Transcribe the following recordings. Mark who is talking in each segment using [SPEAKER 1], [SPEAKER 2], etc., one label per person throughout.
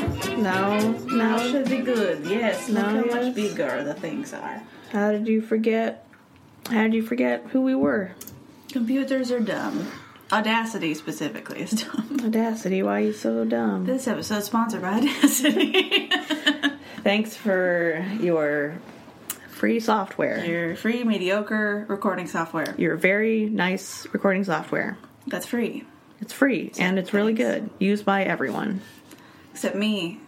[SPEAKER 1] No,
[SPEAKER 2] No.
[SPEAKER 1] no.
[SPEAKER 2] should be good. Yes. Look
[SPEAKER 1] No,
[SPEAKER 2] how
[SPEAKER 1] yes.
[SPEAKER 2] much bigger the things are.
[SPEAKER 1] How did you forget? How did you forget who we were?
[SPEAKER 2] Computers are dumb. Audacity specifically is dumb.
[SPEAKER 1] Audacity, why are you so dumb?
[SPEAKER 2] This episode sponsored by Audacity.
[SPEAKER 1] Thanks for your free software.
[SPEAKER 2] Your free mediocre recording software.
[SPEAKER 1] Your very nice recording software.
[SPEAKER 2] That's free.
[SPEAKER 1] It's free and it's really good. Used by everyone.
[SPEAKER 2] Except me,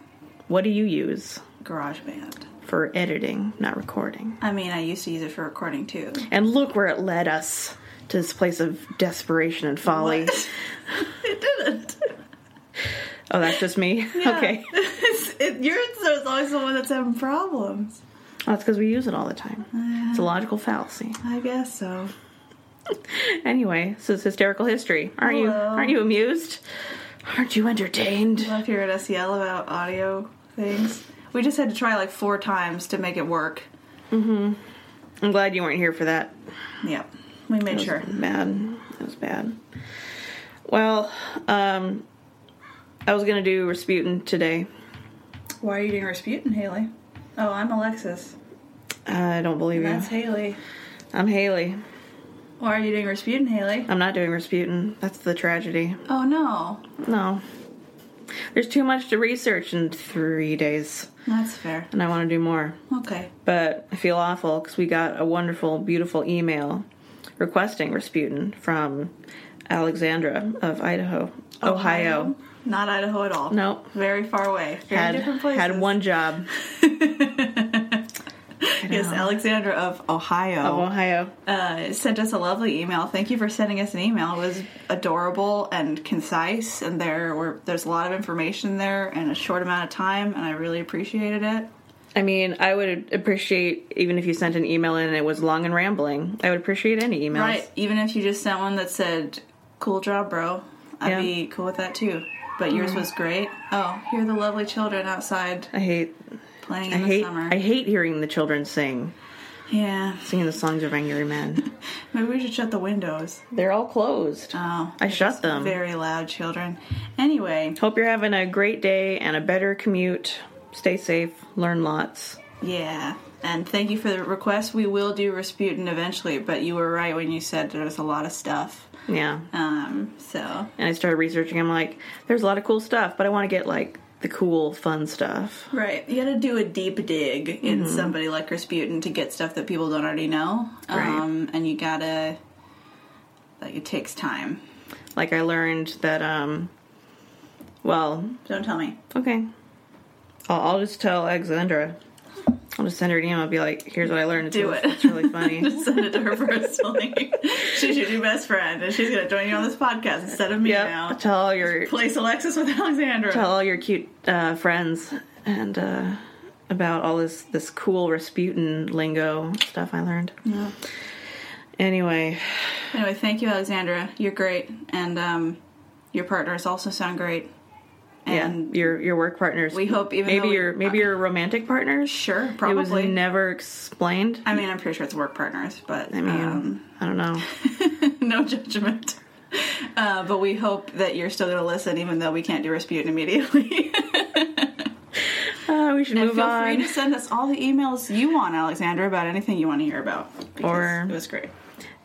[SPEAKER 1] What do you use
[SPEAKER 2] GarageBand.
[SPEAKER 1] for editing, not recording?
[SPEAKER 2] I mean, I used to use it for recording too.
[SPEAKER 1] And look where it led us to this place of desperation and folly.
[SPEAKER 2] It didn't.
[SPEAKER 1] Oh, that's just me? Okay.
[SPEAKER 2] It's- it- you're so it's always the one that's having problems.
[SPEAKER 1] That's because we use it all the time. It's a logical fallacy.
[SPEAKER 2] I guess so.
[SPEAKER 1] Anyway, this is hysterical history. Aren't you
[SPEAKER 2] Hello.
[SPEAKER 1] aren't you amused? Aren't you entertained?
[SPEAKER 2] Love here at SEL about audio things. We just had to try like four times to make it work.
[SPEAKER 1] I'm glad you weren't here for that.
[SPEAKER 2] Yep. We made sure.
[SPEAKER 1] Bad. That was bad. Well, um I was gonna do Rasputin today.
[SPEAKER 2] Why are you doing Rasputin, Haley? Oh, I'm Alexis.
[SPEAKER 1] I don't believe you.
[SPEAKER 2] That's Haley.
[SPEAKER 1] I'm Haley.
[SPEAKER 2] Why are you doing Rasputin, Haley?
[SPEAKER 1] I'm not doing Rasputin. That's the tragedy.
[SPEAKER 2] Oh no.
[SPEAKER 1] No. There's too much to research in three days,
[SPEAKER 2] That's fair.
[SPEAKER 1] and I want to do more.
[SPEAKER 2] Okay.
[SPEAKER 1] But I feel awful because we got a wonderful, beautiful email requesting Rasputin from Alexandra of Idaho, Ohio.
[SPEAKER 2] Not Idaho at all.
[SPEAKER 1] Nope.
[SPEAKER 2] Very far away. Very
[SPEAKER 1] Had,
[SPEAKER 2] different places.
[SPEAKER 1] had one job
[SPEAKER 2] Yes, Alexandra of
[SPEAKER 1] of
[SPEAKER 2] Ohio
[SPEAKER 1] Ohio.
[SPEAKER 2] uh, sent us a lovely email. Thank you for sending us an email. It was adorable and concise, and there were there's a lot of information there in a short amount of time, and I really appreciated it.
[SPEAKER 1] I mean, I would appreciate even if you sent an email in and it was long and rambling. I would appreciate any emails.
[SPEAKER 2] Right. Even if you just sent one that said, cool job, bro, I'd
[SPEAKER 1] Yeah. Mm-hmm.
[SPEAKER 2] be cool with that too. But yours was great. Oh, hear the lovely children outside
[SPEAKER 1] I hate,
[SPEAKER 2] playing
[SPEAKER 1] I
[SPEAKER 2] in
[SPEAKER 1] hate,
[SPEAKER 2] the summer.
[SPEAKER 1] I hate hearing the children sing,
[SPEAKER 2] yeah.
[SPEAKER 1] singing the songs of angry men.
[SPEAKER 2] Maybe we should shut the windows.
[SPEAKER 1] They're all closed.
[SPEAKER 2] Oh.
[SPEAKER 1] I shut them.
[SPEAKER 2] Very loud children. Anyway,
[SPEAKER 1] Hope you're having a great day and a better commute. Stay safe. Learn lots.
[SPEAKER 2] yeah. And thank you for the request. We will do Rasputin eventually, but you were right when you said there was a lot of stuff.
[SPEAKER 1] Yeah.
[SPEAKER 2] Um, so
[SPEAKER 1] And I started researching. I'm like, there's a lot of cool stuff, but I want to get like the cool, fun stuff.
[SPEAKER 2] Right. You gotta do a deep dig in somebody like Rasputin to get stuff that people don't already know.
[SPEAKER 1] Right.
[SPEAKER 2] Um, and you gotta, like, it takes time.
[SPEAKER 1] Like I learned that, um, well,
[SPEAKER 2] Don't tell me.
[SPEAKER 1] okay. I'll, I'll just tell Alexandra. I'll just send her an email. and be like, here's what I learned. It's
[SPEAKER 2] Do
[SPEAKER 1] really-
[SPEAKER 2] it.
[SPEAKER 1] It's really funny.
[SPEAKER 2] Just send it to her personally. she's your new best friend, and she's gonna join you on this podcast instead of me
[SPEAKER 1] yep.
[SPEAKER 2] now.
[SPEAKER 1] Tell all your
[SPEAKER 2] Place Alexis with Alexandra.
[SPEAKER 1] tell all your cute uh, friends and uh, about all this this cool Rasputin lingo stuff I learned.
[SPEAKER 2] Yeah.
[SPEAKER 1] Anyway,
[SPEAKER 2] Anyway, thank you, Alexandra. You're great, and um, your partners also sound great. And
[SPEAKER 1] yeah, your your work partners.
[SPEAKER 2] we hope even
[SPEAKER 1] maybe
[SPEAKER 2] though we-
[SPEAKER 1] your maybe your romantic partners.
[SPEAKER 2] sure,
[SPEAKER 1] It was
[SPEAKER 2] probably.
[SPEAKER 1] never explained.
[SPEAKER 2] I mean, I'm pretty sure it's work partners, but
[SPEAKER 1] I mean,
[SPEAKER 2] um,
[SPEAKER 1] I don't know.
[SPEAKER 2] no judgment. Uh, but we hope that you're still going to listen, even though we can't do Rasputin immediately.
[SPEAKER 1] Uh, we should move
[SPEAKER 2] Feel
[SPEAKER 1] on.
[SPEAKER 2] free to send us all the emails you want, Alexandra, about anything you want to hear about. because
[SPEAKER 1] Or-
[SPEAKER 2] it was great.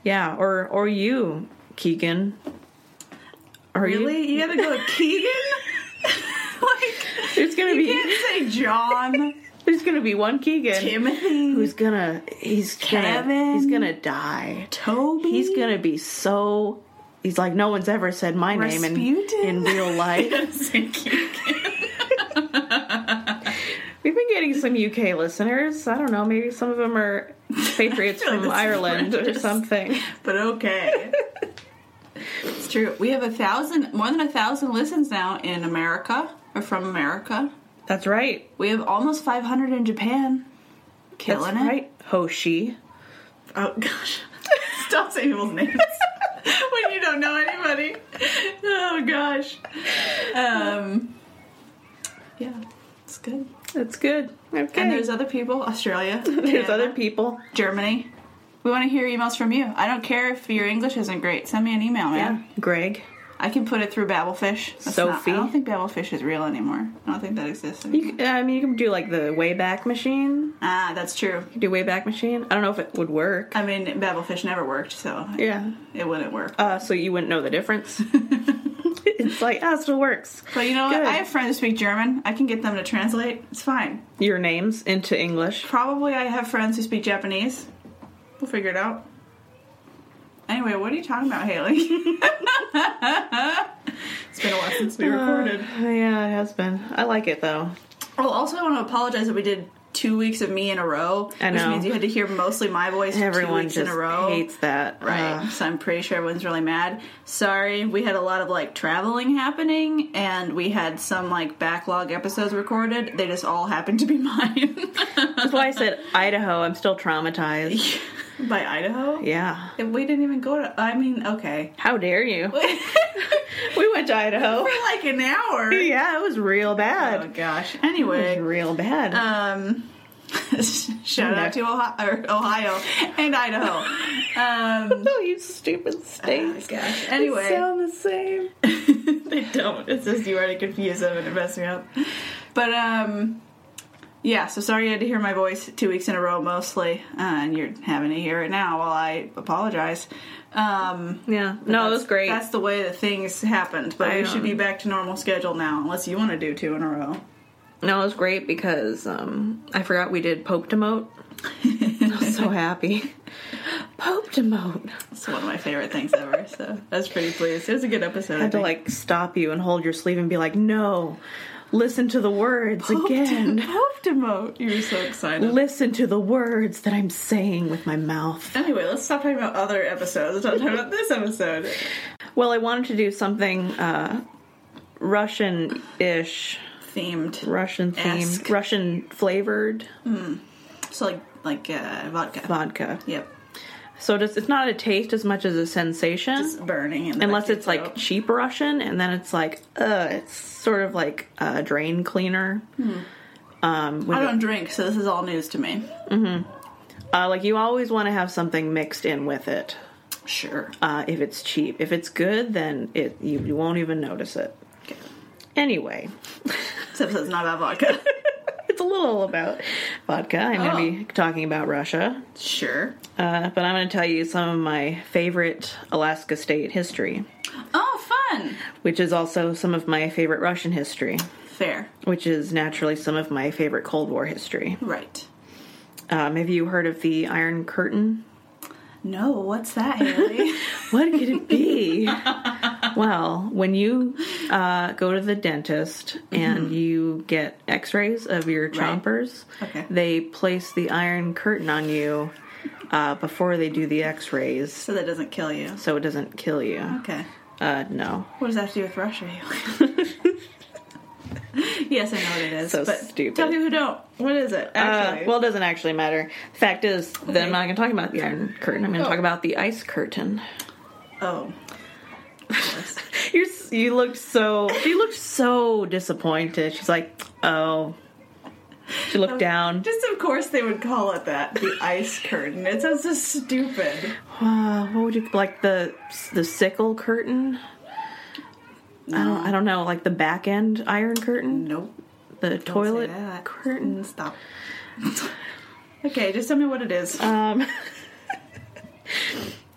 [SPEAKER 1] yeah, or or you, Keegan. Are
[SPEAKER 2] Really, you got to go to Keegan? like,
[SPEAKER 1] There's gonna
[SPEAKER 2] you
[SPEAKER 1] be
[SPEAKER 2] can't say John,
[SPEAKER 1] there's gonna be one Keegan
[SPEAKER 2] Timothy,
[SPEAKER 1] who's gonna he's gonna
[SPEAKER 2] Kevin.
[SPEAKER 1] he's gonna die.
[SPEAKER 2] Toby.
[SPEAKER 1] He's gonna be so. He's like no one's ever said my name
[SPEAKER 2] Rasputin.
[SPEAKER 1] in in real life.
[SPEAKER 2] gonna say Keegan.
[SPEAKER 1] We've been getting some UK listeners. I don't know, maybe some of them are patriots
[SPEAKER 2] I feel like
[SPEAKER 1] from
[SPEAKER 2] this is
[SPEAKER 1] Ireland or
[SPEAKER 2] horrendous.
[SPEAKER 1] something.
[SPEAKER 2] but okay. it's true. We have a thousand, more than a thousand listens now in America or from America.
[SPEAKER 1] That's right.
[SPEAKER 2] We have almost 500 in Japan.
[SPEAKER 1] That's
[SPEAKER 2] Killing it.
[SPEAKER 1] right. Hoshi.
[SPEAKER 2] Oh gosh. Stop saying people's names when you don't know anybody. Oh gosh. Um Yeah, it's good.
[SPEAKER 1] That's good. Okay.
[SPEAKER 2] And there's other people, Australia.
[SPEAKER 1] There's
[SPEAKER 2] Canada,
[SPEAKER 1] other people.
[SPEAKER 2] Germany. We want to hear emails from you. I don't care if your English isn't great. Send me an email, man.
[SPEAKER 1] Greg.
[SPEAKER 2] I can put it through Babelfish. That's
[SPEAKER 1] Sophie?
[SPEAKER 2] Not, I don't think Babelfish is real anymore. I don't think that exists anymore.
[SPEAKER 1] You, c- I mean, you can do like the Wayback Machine.
[SPEAKER 2] ah, that's true.
[SPEAKER 1] You do Wayback Machine. I don't know if it would work.
[SPEAKER 2] I mean, Babelfish never worked, so
[SPEAKER 1] Yeah.
[SPEAKER 2] it wouldn't work.
[SPEAKER 1] Uh, so you wouldn't know the difference. it's like, ah, it still works.
[SPEAKER 2] But you know what?
[SPEAKER 1] Good.
[SPEAKER 2] I have friends who speak German. I can get them to translate. It's fine.
[SPEAKER 1] Your names into English.
[SPEAKER 2] Probably I have friends who speak Japanese. We'll figure it out. Anyway, what are you talking about, Haley? it's been a while since we recorded.
[SPEAKER 1] Uh, yeah, it has been. I like it though.
[SPEAKER 2] Well, also I want to apologize that we did two weeks of me in a row,
[SPEAKER 1] I
[SPEAKER 2] which
[SPEAKER 1] know.
[SPEAKER 2] means you had to hear mostly my voice two
[SPEAKER 1] Everyone
[SPEAKER 2] weeks
[SPEAKER 1] just
[SPEAKER 2] in a row.
[SPEAKER 1] hates that. Uh,
[SPEAKER 2] Right,
[SPEAKER 1] Ugh.
[SPEAKER 2] Uh, so I'm pretty sure everyone's really mad. Sorry, we had a lot of like traveling happening, and we had some like backlog episodes recorded. They just all happened to be mine
[SPEAKER 1] that's why I said Idaho. I'm still traumatized.
[SPEAKER 2] by Idaho.
[SPEAKER 1] Yeah.
[SPEAKER 2] And We didn't even go to. I mean, okay,
[SPEAKER 1] How dare you?
[SPEAKER 2] for
[SPEAKER 1] We went to Idaho.
[SPEAKER 2] like an hour.
[SPEAKER 1] Yeah, it was real
[SPEAKER 2] Oh
[SPEAKER 1] bad.
[SPEAKER 2] gosh.
[SPEAKER 1] It was
[SPEAKER 2] Anyway,
[SPEAKER 1] real bad.
[SPEAKER 2] um, shout out to Ohio, or Ohio and Idaho. Um,
[SPEAKER 1] oh, you stupid states.
[SPEAKER 2] gosh.
[SPEAKER 1] They
[SPEAKER 2] Anyway,
[SPEAKER 1] sound the same.
[SPEAKER 2] they don't. It's just you already confuse them and it messed me up. But um, yeah. So sorry you had to hear my voice two weeks in a row mostly, uh, and you're having to hear it now while I apologize. Um,
[SPEAKER 1] Yeah. No, it Oh, was
[SPEAKER 2] that's-
[SPEAKER 1] great.
[SPEAKER 2] That's the way that things happened. But
[SPEAKER 1] I
[SPEAKER 2] we should be
[SPEAKER 1] don't-
[SPEAKER 2] back to normal schedule now, unless you want to do two in a row.
[SPEAKER 1] No, it was great because um, I forgot we did Pope Demote. I was so happy. Pope Demote.
[SPEAKER 2] It's one of my favorite things ever. So I was pretty pleased. It was a good episode.
[SPEAKER 1] I had to
[SPEAKER 2] think.
[SPEAKER 1] like stop you and hold your sleeve and be like, no, listen to the words
[SPEAKER 2] Pope
[SPEAKER 1] again.
[SPEAKER 2] dem- Pope demote. You were so excited.
[SPEAKER 1] Listen to the words that I'm saying with my mouth.
[SPEAKER 2] Anyway, let's stop talking about other episodes. Let's not talk about this episode.
[SPEAKER 1] Well, I wanted to do something uh, Russian ish,
[SPEAKER 2] Themed.
[SPEAKER 1] Russian
[SPEAKER 2] Esque.
[SPEAKER 1] themed, Russian flavored
[SPEAKER 2] So like like uh, vodka.
[SPEAKER 1] vodka.
[SPEAKER 2] Yep.
[SPEAKER 1] So it's, it's not a taste as much as a sensation.
[SPEAKER 2] It's burning. in the
[SPEAKER 1] unless
[SPEAKER 2] back of
[SPEAKER 1] it's
[SPEAKER 2] your
[SPEAKER 1] like
[SPEAKER 2] throat.
[SPEAKER 1] cheap Russian, and then it's like, uh, it's sort of like a drain cleaner. Um, when-
[SPEAKER 2] I don't drink, so this is all news to me.
[SPEAKER 1] uh, like you always want to have something mixed in with it.
[SPEAKER 2] Sure.
[SPEAKER 1] Uh, if it's cheap, if it's good, then it you, you won't even notice it.
[SPEAKER 2] Okay.
[SPEAKER 1] Anyway,
[SPEAKER 2] This episode's not about vodka.
[SPEAKER 1] it's a little about vodka. I'm going to be talking about Russia,
[SPEAKER 2] sure.
[SPEAKER 1] uh, but I'm going to tell you some of my favorite Alaska state history,
[SPEAKER 2] Oh, fun.
[SPEAKER 1] which is also some of my favorite Russian history,
[SPEAKER 2] Fair.
[SPEAKER 1] which is naturally some of my favorite Cold War history.
[SPEAKER 2] Right.
[SPEAKER 1] Um, have you heard of the Iron Curtain?
[SPEAKER 2] No, what's that, Haley?
[SPEAKER 1] What could it be? well, when you uh, go to the dentist and you get x rays of your chompers,
[SPEAKER 2] Okay.
[SPEAKER 1] they place the iron curtain on you uh, before they do the x rays
[SPEAKER 2] so that doesn't kill you.
[SPEAKER 1] so it doesn't kill you.
[SPEAKER 2] Okay.
[SPEAKER 1] Uh, no.
[SPEAKER 2] What does that have to do with Russia, Haley? yes, I know what it is.
[SPEAKER 1] So
[SPEAKER 2] but
[SPEAKER 1] stupid.
[SPEAKER 2] Tell people who don't. What is it?
[SPEAKER 1] Uh,
[SPEAKER 2] Actually.
[SPEAKER 1] well, it doesn't actually matter. Fact is that I'm not going to talk about the iron curtain. I'm going to
[SPEAKER 2] Oh.
[SPEAKER 1] talk about the ice curtain.
[SPEAKER 2] oh.
[SPEAKER 1] You're, s- you looked so you looked so disappointed. She's like, oh. She looked down.
[SPEAKER 2] Just of course they would call it that, the ice curtain. It sounds so stupid.
[SPEAKER 1] Uh, what would you like the the sickle curtain? I don't. I don't know. Like the back end iron curtain,
[SPEAKER 2] Nope.
[SPEAKER 1] the toilet
[SPEAKER 2] that. Mm,
[SPEAKER 1] curtain.
[SPEAKER 2] Stop. okay, just tell me what it is.
[SPEAKER 1] Um,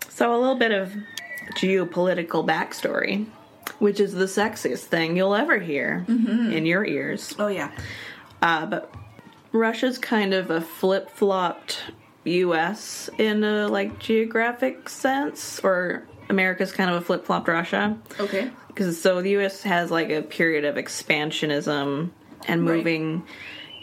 [SPEAKER 1] so a little bit of geopolitical backstory, which is the sexiest thing you'll ever hear in your ears.
[SPEAKER 2] oh yeah.
[SPEAKER 1] Uh, but Russia's kind of a flip flopped U.S. in a like geographic sense, or America's kind of a flip flopped Russia.
[SPEAKER 2] Okay.
[SPEAKER 1] because so the U.S. has like a period of expansionism and
[SPEAKER 2] Right.
[SPEAKER 1] moving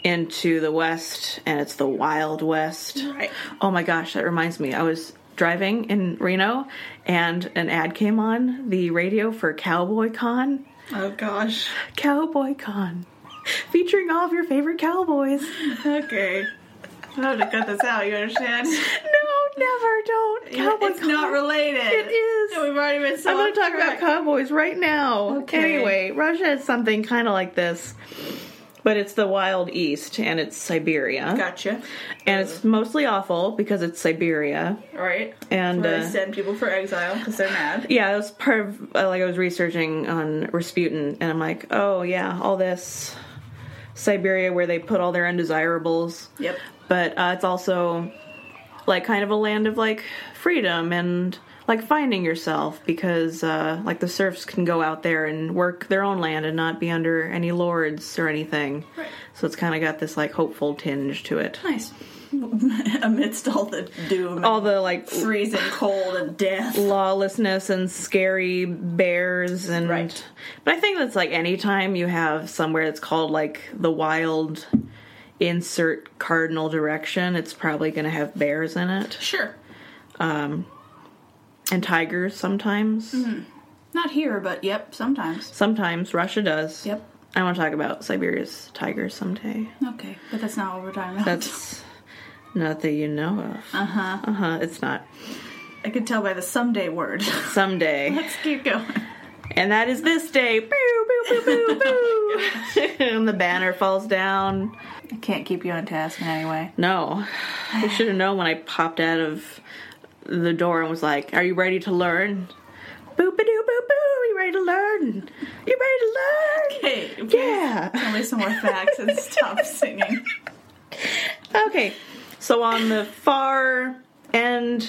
[SPEAKER 1] into the West, and it's the Wild West.
[SPEAKER 2] Right.
[SPEAKER 1] Oh my gosh, that reminds me. I was driving in Reno, and an ad came on the radio for Cowboy Con.
[SPEAKER 2] Oh gosh.
[SPEAKER 1] Cowboy Con. Featuring all of your favorite cowboys.
[SPEAKER 2] Okay. I have to cut this out. You understand?
[SPEAKER 1] No, never, don't. Cowboy
[SPEAKER 2] it's
[SPEAKER 1] Con.
[SPEAKER 2] not related.
[SPEAKER 1] It is.
[SPEAKER 2] And we've already been. So
[SPEAKER 1] I'm going to talk about
[SPEAKER 2] off track.
[SPEAKER 1] cowboys right now.
[SPEAKER 2] Okay.
[SPEAKER 1] Anyway, Russia has something kind of like this, But it's the Wild East and it's Siberia.
[SPEAKER 2] Gotcha.
[SPEAKER 1] And it's mostly awful because it's Siberia.
[SPEAKER 2] All right.
[SPEAKER 1] And,
[SPEAKER 2] Where they
[SPEAKER 1] uh,
[SPEAKER 2] send people for exile because they're mad.
[SPEAKER 1] Yeah, that was part of uh, like I was researching on Rasputin, and I'm like, oh yeah, all this Siberia where they put all their undesirables,
[SPEAKER 2] Yep.
[SPEAKER 1] but uh, it's also like kind of a land of like freedom and like finding yourself because uh, like the serfs can go out there and work their own land and not be under any lords or anything.
[SPEAKER 2] Right.
[SPEAKER 1] So it's kind of got this like hopeful tinge to it.
[SPEAKER 2] Nice. Oh. Amidst all the doom,
[SPEAKER 1] All the like
[SPEAKER 2] freezing cold and death.
[SPEAKER 1] lawlessness and scary bears and
[SPEAKER 2] Right.
[SPEAKER 1] but i think that's like anytime you have somewhere that's called like the wild insert cardinal direction it's probably going to have bears in it
[SPEAKER 2] Sure.
[SPEAKER 1] and tigers sometimes
[SPEAKER 2] Not here, but yep, sometimes.
[SPEAKER 1] sometimes russia does
[SPEAKER 2] Yep.
[SPEAKER 1] i want to talk about siberia's tigers someday
[SPEAKER 2] Okay, but that's not what we're talking about.
[SPEAKER 1] that's not that you know of uh-huh uh-huh it's not
[SPEAKER 2] I could tell by the someday word.
[SPEAKER 1] someday
[SPEAKER 2] Let's keep going.
[SPEAKER 1] and that is this day boo boo boo boo boo and the banner falls down
[SPEAKER 2] I can't keep you on task in any way.
[SPEAKER 1] No. I should have known when I popped out of the door and was like, Are you ready to learn? Boop a doo boop boo, you ready to learn? You ready to learn?
[SPEAKER 2] Hey,
[SPEAKER 1] Yeah.
[SPEAKER 2] tell me some more facts and stop singing.
[SPEAKER 1] Okay. So on the far end,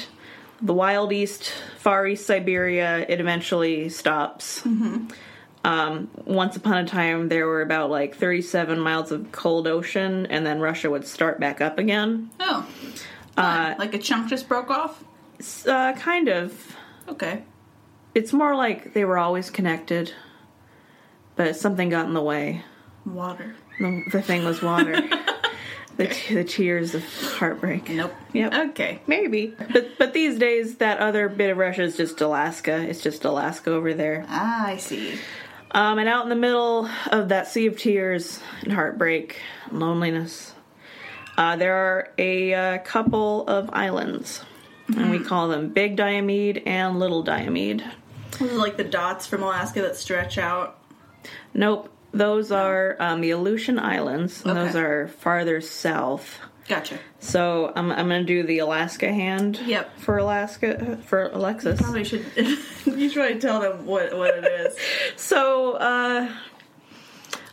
[SPEAKER 1] the wild east, far east Siberia, it eventually stops. Um, once upon a time, there were about like 37 miles of cold ocean, and then Russia would start back up again.
[SPEAKER 2] Oh.
[SPEAKER 1] Uh,
[SPEAKER 2] like a chunk just broke off?
[SPEAKER 1] s- uh, kind of.
[SPEAKER 2] Okay.
[SPEAKER 1] It's more like they were always connected, but something got in the way.
[SPEAKER 2] Water.
[SPEAKER 1] The, the thing was water. the, t- the tears of heartbreak.
[SPEAKER 2] Nope.
[SPEAKER 1] Yep.
[SPEAKER 2] Okay.
[SPEAKER 1] Maybe, but but these days that other bit of Russia is just Alaska. It's just Alaska over there.
[SPEAKER 2] Ah, I see.
[SPEAKER 1] Um, and out in the middle of that sea of tears and heartbreak, and loneliness, uh, there are a uh, couple of islands, and we call them Big Diomede and Little Diomede.
[SPEAKER 2] Those are like the dots from Alaska that stretch out.
[SPEAKER 1] Nope. Those are um, the Aleutian Islands, and those
[SPEAKER 2] Okay.
[SPEAKER 1] are farther south.
[SPEAKER 2] Gotcha.
[SPEAKER 1] So I'm, I'm going to do the Alaska hand.
[SPEAKER 2] Yep.
[SPEAKER 1] For Alaska, for Alexis.
[SPEAKER 2] Probably should. you should probably tell them what, what it is.
[SPEAKER 1] So uh,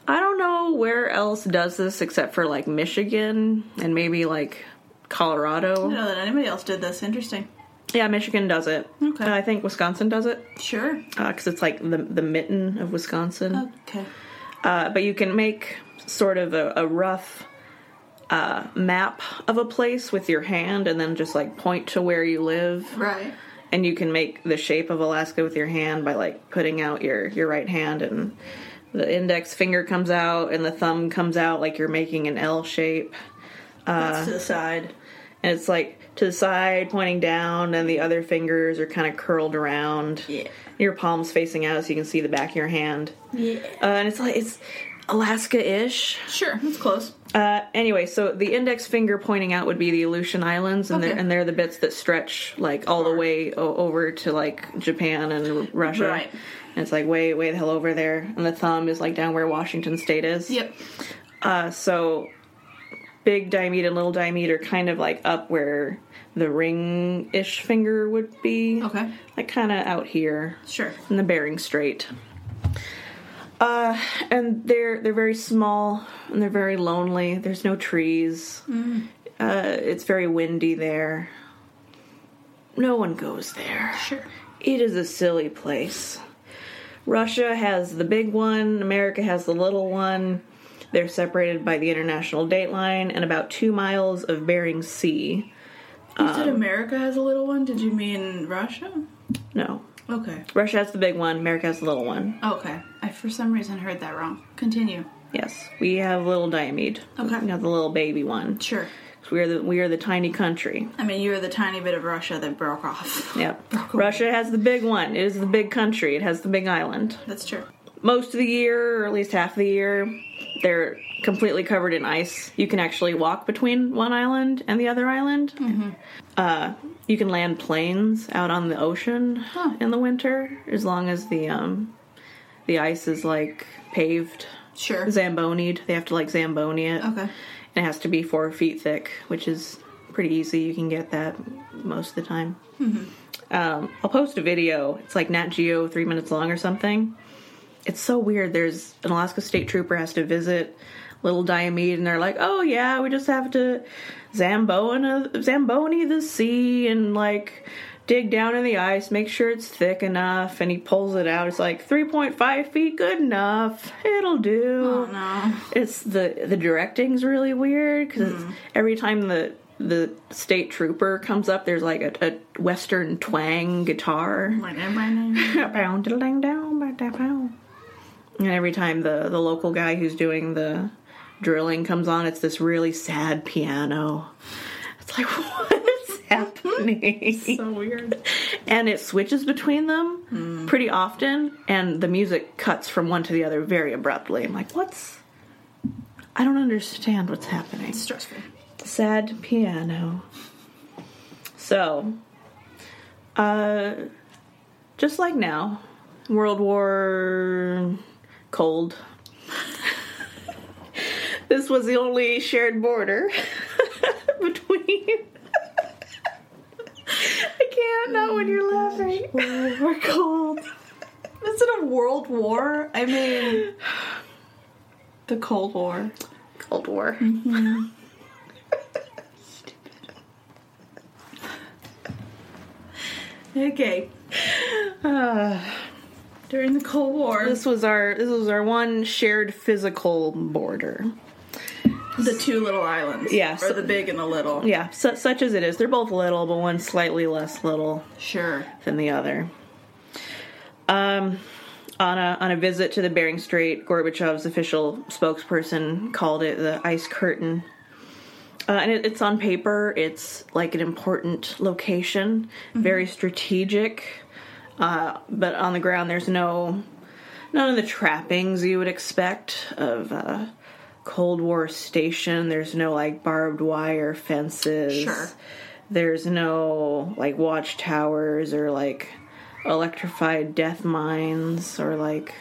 [SPEAKER 1] I don't know where else does this except for like Michigan and maybe like Colorado.
[SPEAKER 2] I don't
[SPEAKER 1] Yeah,
[SPEAKER 2] know that anybody else did this. Interesting.
[SPEAKER 1] Michigan does it.
[SPEAKER 2] Okay.
[SPEAKER 1] And I think Wisconsin does it
[SPEAKER 2] Sure.
[SPEAKER 1] because it's like the the mitten of Wisconsin.
[SPEAKER 2] Okay.
[SPEAKER 1] Uh, but you can make sort of a, a rough uh, map of a place with your hand and then just like point to where you live.
[SPEAKER 2] Right.
[SPEAKER 1] And you can make the shape of Alaska with your hand by like putting out your, your right hand and the index finger comes out and the thumb comes out like you're making an L shape.
[SPEAKER 2] That's to the side.
[SPEAKER 1] And it's like to the side, pointing down, and the other fingers are kind of curled around.
[SPEAKER 2] Yeah.
[SPEAKER 1] Your palms facing out so you can see the back of your hand.
[SPEAKER 2] Yeah.
[SPEAKER 1] Uh, and it's like, it's Alaska ish.
[SPEAKER 2] Sure. That's close.
[SPEAKER 1] Uh, anyway, so the index finger pointing out would be the Aleutian Islands, and they're
[SPEAKER 2] Okay.
[SPEAKER 1] and they're the bits that stretch like all the way o- over to like Japan and R- Russia.
[SPEAKER 2] Right.
[SPEAKER 1] And it's like way way the hell over there, and the thumb is like down where Washington State is.
[SPEAKER 2] Yep.
[SPEAKER 1] Uh, so big Diomede and little Diomede are kind of like up where the ring ish finger would be.
[SPEAKER 2] Okay.
[SPEAKER 1] Like kind of out here
[SPEAKER 2] Sure.
[SPEAKER 1] in the Bering Strait. Uh, and they're they're very small and they're very lonely. There's no trees. Uh, it's very windy there. No one goes there.
[SPEAKER 2] Sure.
[SPEAKER 1] It is a silly place. Russia has the big one. America has the little one. They're separated by the international date line and about two miles of Bering Sea.
[SPEAKER 2] You said America has a little one. Did you mean Russia?
[SPEAKER 1] No,
[SPEAKER 2] Okay.
[SPEAKER 1] Russia has the big one. America has the little one.
[SPEAKER 2] Okay. I for some reason heard that wrong. Continue.
[SPEAKER 1] Yes, we have little Diomede.
[SPEAKER 2] Okay.
[SPEAKER 1] we have the little baby one.
[SPEAKER 2] Sure.
[SPEAKER 1] We are the we are the tiny country.
[SPEAKER 2] I mean, you're the tiny bit of Russia that broke off.
[SPEAKER 1] Yep. Russia has the big one. It is the big country. It has the big island.
[SPEAKER 2] That's true.
[SPEAKER 1] Most of the year, or at least half of the year, they're completely covered in ice. You can actually walk between one island and the other island. Uh, you can land planes out on the ocean in the winter, as long as the um, the ice is like paved.
[SPEAKER 2] Sure.
[SPEAKER 1] zambonied. They have to like zamboni it.
[SPEAKER 2] Okay.
[SPEAKER 1] It has to be four feet thick, which is pretty easy. You can get that most of the time.
[SPEAKER 2] Mm-hmm.
[SPEAKER 1] Um, I'll post a video. It's like Nat Geo, three minutes long or something. It's so weird. There's an Alaska State Trooper has to visit Little Diomede, and they're like, "Oh yeah, we just have to zamboni, zamboni the sea, and like." Dig down in the ice, make sure it's thick enough, and he pulls it out. It's like 3.5 feet, good enough. It'll do
[SPEAKER 2] Oh no. Mm-hmm.
[SPEAKER 1] it's the the directing's really weird because every time the the state trooper comes up, there's like a, a western twang guitar.
[SPEAKER 2] My name, my name.
[SPEAKER 1] Bow, diddle-dang, down, bow, da, bow. and every time the the local guy who's doing the drilling comes on, it's this really sad piano. It's like what's happening?
[SPEAKER 2] So weird. Hmm.
[SPEAKER 1] and it switches between them pretty often and the music cuts from one to the other very abruptly i'm like what's i don't understand what's happening
[SPEAKER 2] Stressful.
[SPEAKER 1] sad piano so uh just like now world war cold this was the only shared border between i can't not when you're laughing
[SPEAKER 2] We're cold. Is it a world war? I mean, the Cold War.
[SPEAKER 1] Cold War.
[SPEAKER 2] Okay.
[SPEAKER 1] Uh,
[SPEAKER 2] During the Cold War,
[SPEAKER 1] this was our this was our one shared physical border.
[SPEAKER 2] the two little islands.
[SPEAKER 1] Yeah,
[SPEAKER 2] Or
[SPEAKER 1] so-
[SPEAKER 2] the big and the little.
[SPEAKER 1] Yeah, su- such as it is. They're both little, but one's slightly less little
[SPEAKER 2] Sure.
[SPEAKER 1] than the other. Um, on a on a visit to the Bering Strait, Gorbachev's official spokesperson called it the ice curtain. Uh, and it, it's on paper. It's like an important location, very strategic. Uh, but on the ground, there's no none of the trappings you would expect of a Cold War station. There's no like barbed wire fences.
[SPEAKER 2] Sure.
[SPEAKER 1] There's no like watchtowers or like electrified death mines or like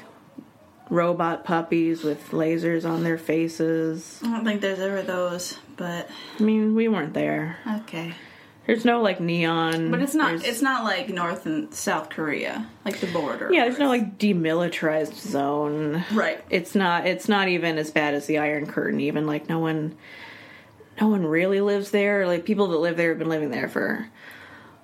[SPEAKER 1] robot puppies with lasers on their faces.
[SPEAKER 2] I don't think there's ever those, but
[SPEAKER 1] I mean, we weren't there.
[SPEAKER 2] okay.
[SPEAKER 1] There's no like neon.
[SPEAKER 2] But it's not.
[SPEAKER 1] There's,
[SPEAKER 2] It's not like North and South Korea, like the border.
[SPEAKER 1] yeah, there's no like demilitarized zone.
[SPEAKER 2] Right.
[SPEAKER 1] It's not. It's not even as bad as the Iron Curtain. Even like no one, no one really lives there. Like people that live there have been living there for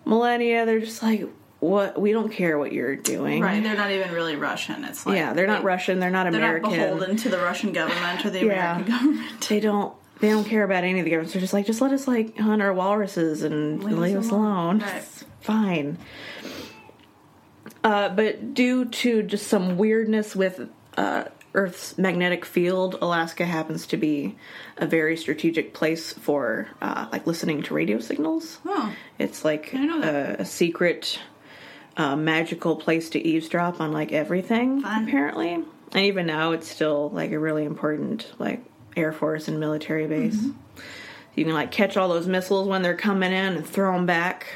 [SPEAKER 1] millennia. They're just like, what? We don't care what you're doing.
[SPEAKER 2] Right. They're not even really Russian. It's like
[SPEAKER 1] Mm-hmm. Yeah, they're not
[SPEAKER 2] they-
[SPEAKER 1] Russian. They're not
[SPEAKER 2] They're
[SPEAKER 1] American.
[SPEAKER 2] not beholden to the Russian government or the
[SPEAKER 1] Yeah.
[SPEAKER 2] American government.
[SPEAKER 1] they don't they don't care about any of the governments. They're just like, just let us like hunt our walruses and leave, us alone.
[SPEAKER 2] Right.
[SPEAKER 1] It's fine. Uh, but due to just some weirdness with uh, Earth's magnetic field, Alaska happens to be a very strategic place for uh, like listening to radio signals.
[SPEAKER 2] Oh,
[SPEAKER 1] It's like
[SPEAKER 2] I know
[SPEAKER 1] a,
[SPEAKER 2] that.
[SPEAKER 1] a secret, uh, magical place to eavesdrop on like everything.
[SPEAKER 2] Fun.
[SPEAKER 1] Apparently, and even now, it's still like a really important like Air Force and military base.
[SPEAKER 2] Mm-hmm.
[SPEAKER 1] You can like catch all those missiles when they're coming in and throw them back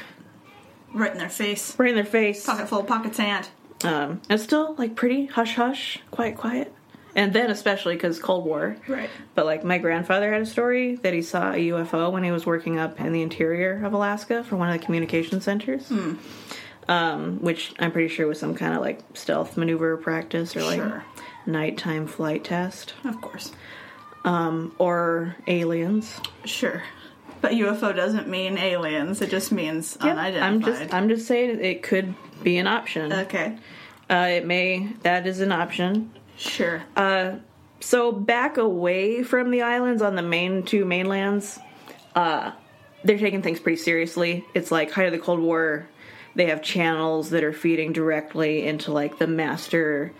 [SPEAKER 2] right in their face.
[SPEAKER 1] right in their face.
[SPEAKER 2] Pocket full of pocket sand.
[SPEAKER 1] Um, it's still like pretty hush hush, quiet quiet. And then especially because Cold War.
[SPEAKER 2] Right.
[SPEAKER 1] But like my grandfather had a story that he saw a UFO when he was working up in the interior of Alaska for one of the communication centers,
[SPEAKER 2] Hmm.
[SPEAKER 1] um, which I'm pretty sure was some kind of like stealth maneuver practice or like
[SPEAKER 2] Sure.
[SPEAKER 1] nighttime flight test
[SPEAKER 2] Of course.
[SPEAKER 1] or aliens.
[SPEAKER 2] Sure. But UFO doesn't mean aliens. It just means
[SPEAKER 1] I'm
[SPEAKER 2] Oh, unidentified.
[SPEAKER 1] just I'm just saying it could be an option. Uh,
[SPEAKER 2] okay.
[SPEAKER 1] it may that is an option.
[SPEAKER 2] Sure. Uh,
[SPEAKER 1] So back away from the islands on the main two mainlands, uh, they're taking things pretty seriously. It's like height of the Cold War. They have channels that are feeding directly into like the master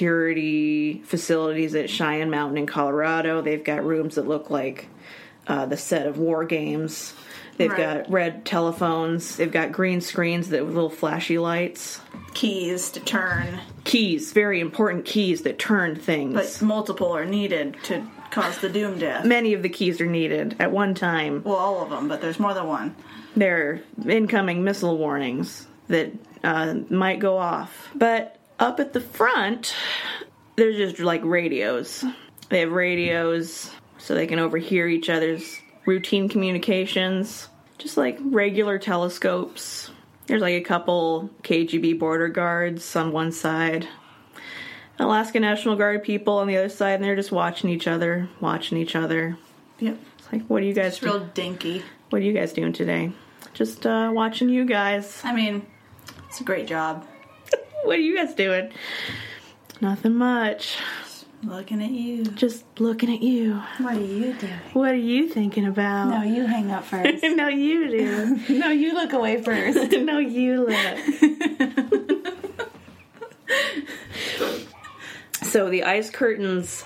[SPEAKER 1] security facilities at Cheyenne Mountain in Colorado. They've got rooms that look like uh, the set of war games. They've
[SPEAKER 2] Right.
[SPEAKER 1] got red telephones. They've got green screens that with little flashy lights.
[SPEAKER 2] Keys to turn,
[SPEAKER 1] Keys, very important keys that turn things.
[SPEAKER 2] but multiple are needed to cause the doom death.
[SPEAKER 1] many of the keys are needed at one time.
[SPEAKER 2] Well, all of them, but there's more than one.
[SPEAKER 1] There are incoming missile warnings that uh, might go off. But up at the front, They're just like radios. They have radios so they can overhear each other's routine communications, just like regular telescopes. There's like a couple KGB border guards on one side, Alaska National Guard people on the other side, and they're just watching each other, watching each other.
[SPEAKER 2] Yep.
[SPEAKER 1] It's like, what are you guys?
[SPEAKER 2] It's real dinky.
[SPEAKER 1] what are you guys doing today? Just uh, watching you guys.
[SPEAKER 2] I mean, it's a great job.
[SPEAKER 1] What are you guys doing? Nothing much.
[SPEAKER 2] Looking at you.
[SPEAKER 1] Just looking at you.
[SPEAKER 2] What are you doing?
[SPEAKER 1] What are you thinking about?
[SPEAKER 2] No, you hang up first.
[SPEAKER 1] no, you do.
[SPEAKER 2] no, you look away first.
[SPEAKER 1] no, you look. so the ice curtains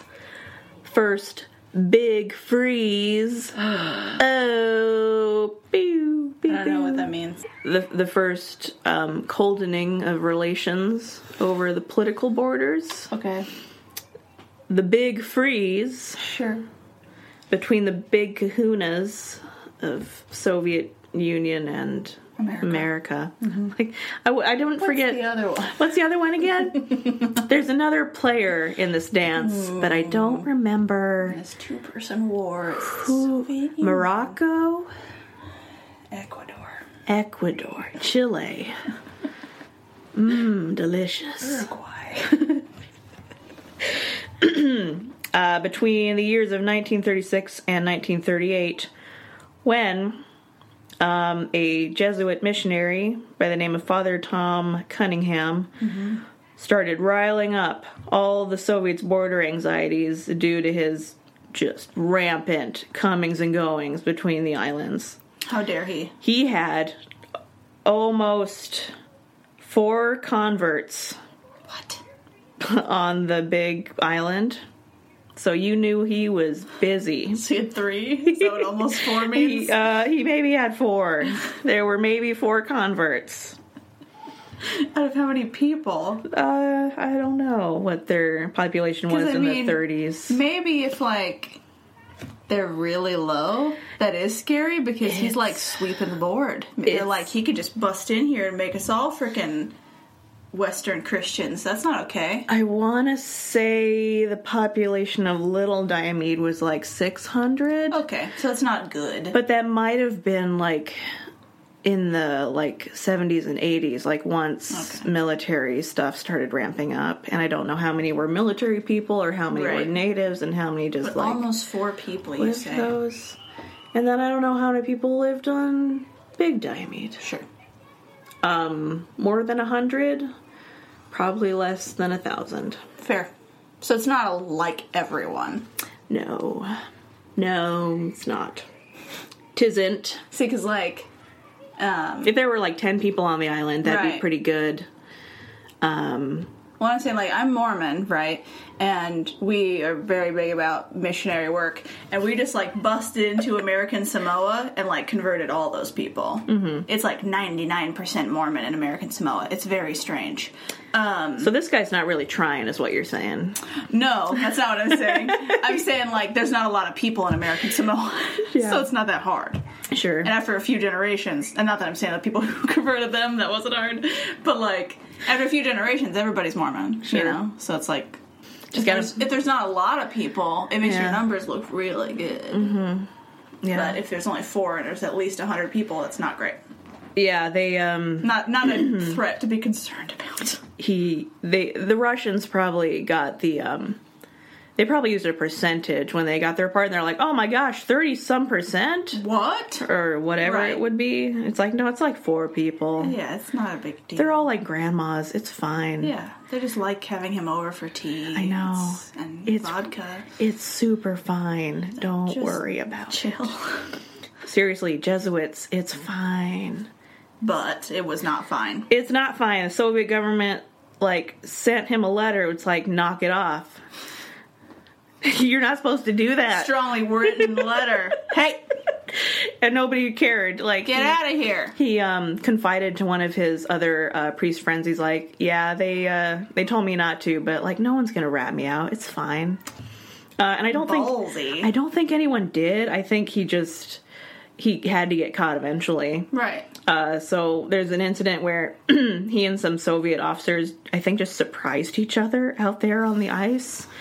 [SPEAKER 1] first big freeze. oh, pew, pew,
[SPEAKER 2] I don't know
[SPEAKER 1] pew.
[SPEAKER 2] what that means.
[SPEAKER 1] the the first um, coldening of relations over the political borders.
[SPEAKER 2] Okay.
[SPEAKER 1] The big freeze
[SPEAKER 2] Sure.
[SPEAKER 1] between the big kahunas of Soviet Union and
[SPEAKER 2] America. Mm-hmm.
[SPEAKER 1] America. Like I, w- I don't forget
[SPEAKER 2] The other one.
[SPEAKER 1] What's the other one again? There's another player in this dance, but I don't remember.
[SPEAKER 2] It's two person war. It's the
[SPEAKER 1] Who-
[SPEAKER 2] Soviet Union,
[SPEAKER 1] Morocco,
[SPEAKER 2] Ecuador.
[SPEAKER 1] Ecuador, Chile. Mmm, delicious.
[SPEAKER 2] Uruguay.
[SPEAKER 1] Uh, between the years of 1936 and 1938, when um, a Jesuit missionary by the name of Father Tom Cunningham started riling up all the Soviets' border anxieties due to his just rampant comings and goings between the islands.
[SPEAKER 2] How dare he?
[SPEAKER 1] He had almost four converts
[SPEAKER 2] What?
[SPEAKER 1] on the big island. So you knew he was busy.
[SPEAKER 2] So you had three? So it almost four means?
[SPEAKER 1] He, uh, he maybe had four. There were maybe four converts.
[SPEAKER 2] Out of how many people?
[SPEAKER 1] Uh, I don't know what their population was
[SPEAKER 2] 'Cause, I
[SPEAKER 1] in
[SPEAKER 2] mean,
[SPEAKER 1] the 30s.
[SPEAKER 2] Maybe if like they're really low, that is scary because he's like sweeping the board. They're
[SPEAKER 1] It's-
[SPEAKER 2] like he could just bust in here and make us all freaking Western Christians. That's not okay.
[SPEAKER 1] I want to say the population of Little Diomede was like 600,
[SPEAKER 2] Okay, so it's not good.
[SPEAKER 1] but that might have been like in the like 70s and 80s like once
[SPEAKER 2] Okay.
[SPEAKER 1] military stuff started ramping up and i don't know how many were military people or how many were
[SPEAKER 2] Right.
[SPEAKER 1] natives and how many just like
[SPEAKER 2] Almost four people, you
[SPEAKER 1] lived
[SPEAKER 2] say?
[SPEAKER 1] those. And then I don't know how many people lived on Big Diomede.
[SPEAKER 2] Sure.
[SPEAKER 1] More than a hundred, probably less than a thousand.
[SPEAKER 2] Fair. So it's not like everyone.
[SPEAKER 1] No, no, it's not. Tisn't.
[SPEAKER 2] See, because like, um,
[SPEAKER 1] If there were like ten people on the island, that'd be
[SPEAKER 2] Right.
[SPEAKER 1] pretty good.
[SPEAKER 2] well, I'm saying like I'm Mormon, right? And we are very big about missionary work, and we just like busted into American Samoa and like converted all those people. Mm-hmm. It's like 99% Mormon in American Samoa. It's very strange.
[SPEAKER 1] So this guy's not really trying, is what you're saying.
[SPEAKER 2] No, that's not what I'm saying. I'm saying like there's not a lot of people in American Samoa, so
[SPEAKER 1] Yeah.
[SPEAKER 2] it's not that hard.
[SPEAKER 1] Sure.
[SPEAKER 2] and after a few generations, and not that I'm saying that people who converted them that wasn't hard, but like after a few generations, everybody's Mormon,
[SPEAKER 1] Sure.
[SPEAKER 2] you know. So it's like if,
[SPEAKER 1] gotta-
[SPEAKER 2] there's, if there's not a lot of people, it makes your
[SPEAKER 1] Yeah. Mm-hmm.
[SPEAKER 2] numbers look really good. But
[SPEAKER 1] yeah.
[SPEAKER 2] if there's only four and there's at least hundred people, that's not great.
[SPEAKER 1] Yeah. They um.
[SPEAKER 2] Not not a threat to be concerned about.
[SPEAKER 1] he they the Russians probably got the um they probably used a percentage when they got their part and they're like, "Oh my gosh, 30 some percent
[SPEAKER 2] What?
[SPEAKER 1] or whatever
[SPEAKER 2] Right.
[SPEAKER 1] it would be." It's like, "No, it's like four people."
[SPEAKER 2] Yeah, it's not a big deal.
[SPEAKER 1] They're all like grandmas. It's fine.
[SPEAKER 2] yeah, they just like having him over for tea. I
[SPEAKER 1] know.
[SPEAKER 2] and
[SPEAKER 1] It's-
[SPEAKER 2] vodka.
[SPEAKER 1] It's super fine. Don't
[SPEAKER 2] Just
[SPEAKER 1] worry about it.
[SPEAKER 2] Chill.
[SPEAKER 1] Seriously, Jesuits, it's fine.
[SPEAKER 2] but it was not fine.
[SPEAKER 1] It's not fine. The Soviet government like sent him a letter. It's like, "Knock it off." You're not supposed to do that.
[SPEAKER 2] Strongly written letter. hey,
[SPEAKER 1] And nobody cared. Like
[SPEAKER 2] Get
[SPEAKER 1] he-
[SPEAKER 2] out of here.
[SPEAKER 1] he um, confided to one of his other uh, priest friends. He's like, "Yeah, they uh, they told me not to, but like, no one's gonna rat me out. It's fine." Uh, and I don't think
[SPEAKER 2] Ballsy.
[SPEAKER 1] I don't think anyone did. I think he just he had to get caught eventually.
[SPEAKER 2] Right.
[SPEAKER 1] Uh, so there's an incident where he and some Soviet officers, I think, just surprised each other out there on the ice.
[SPEAKER 2] I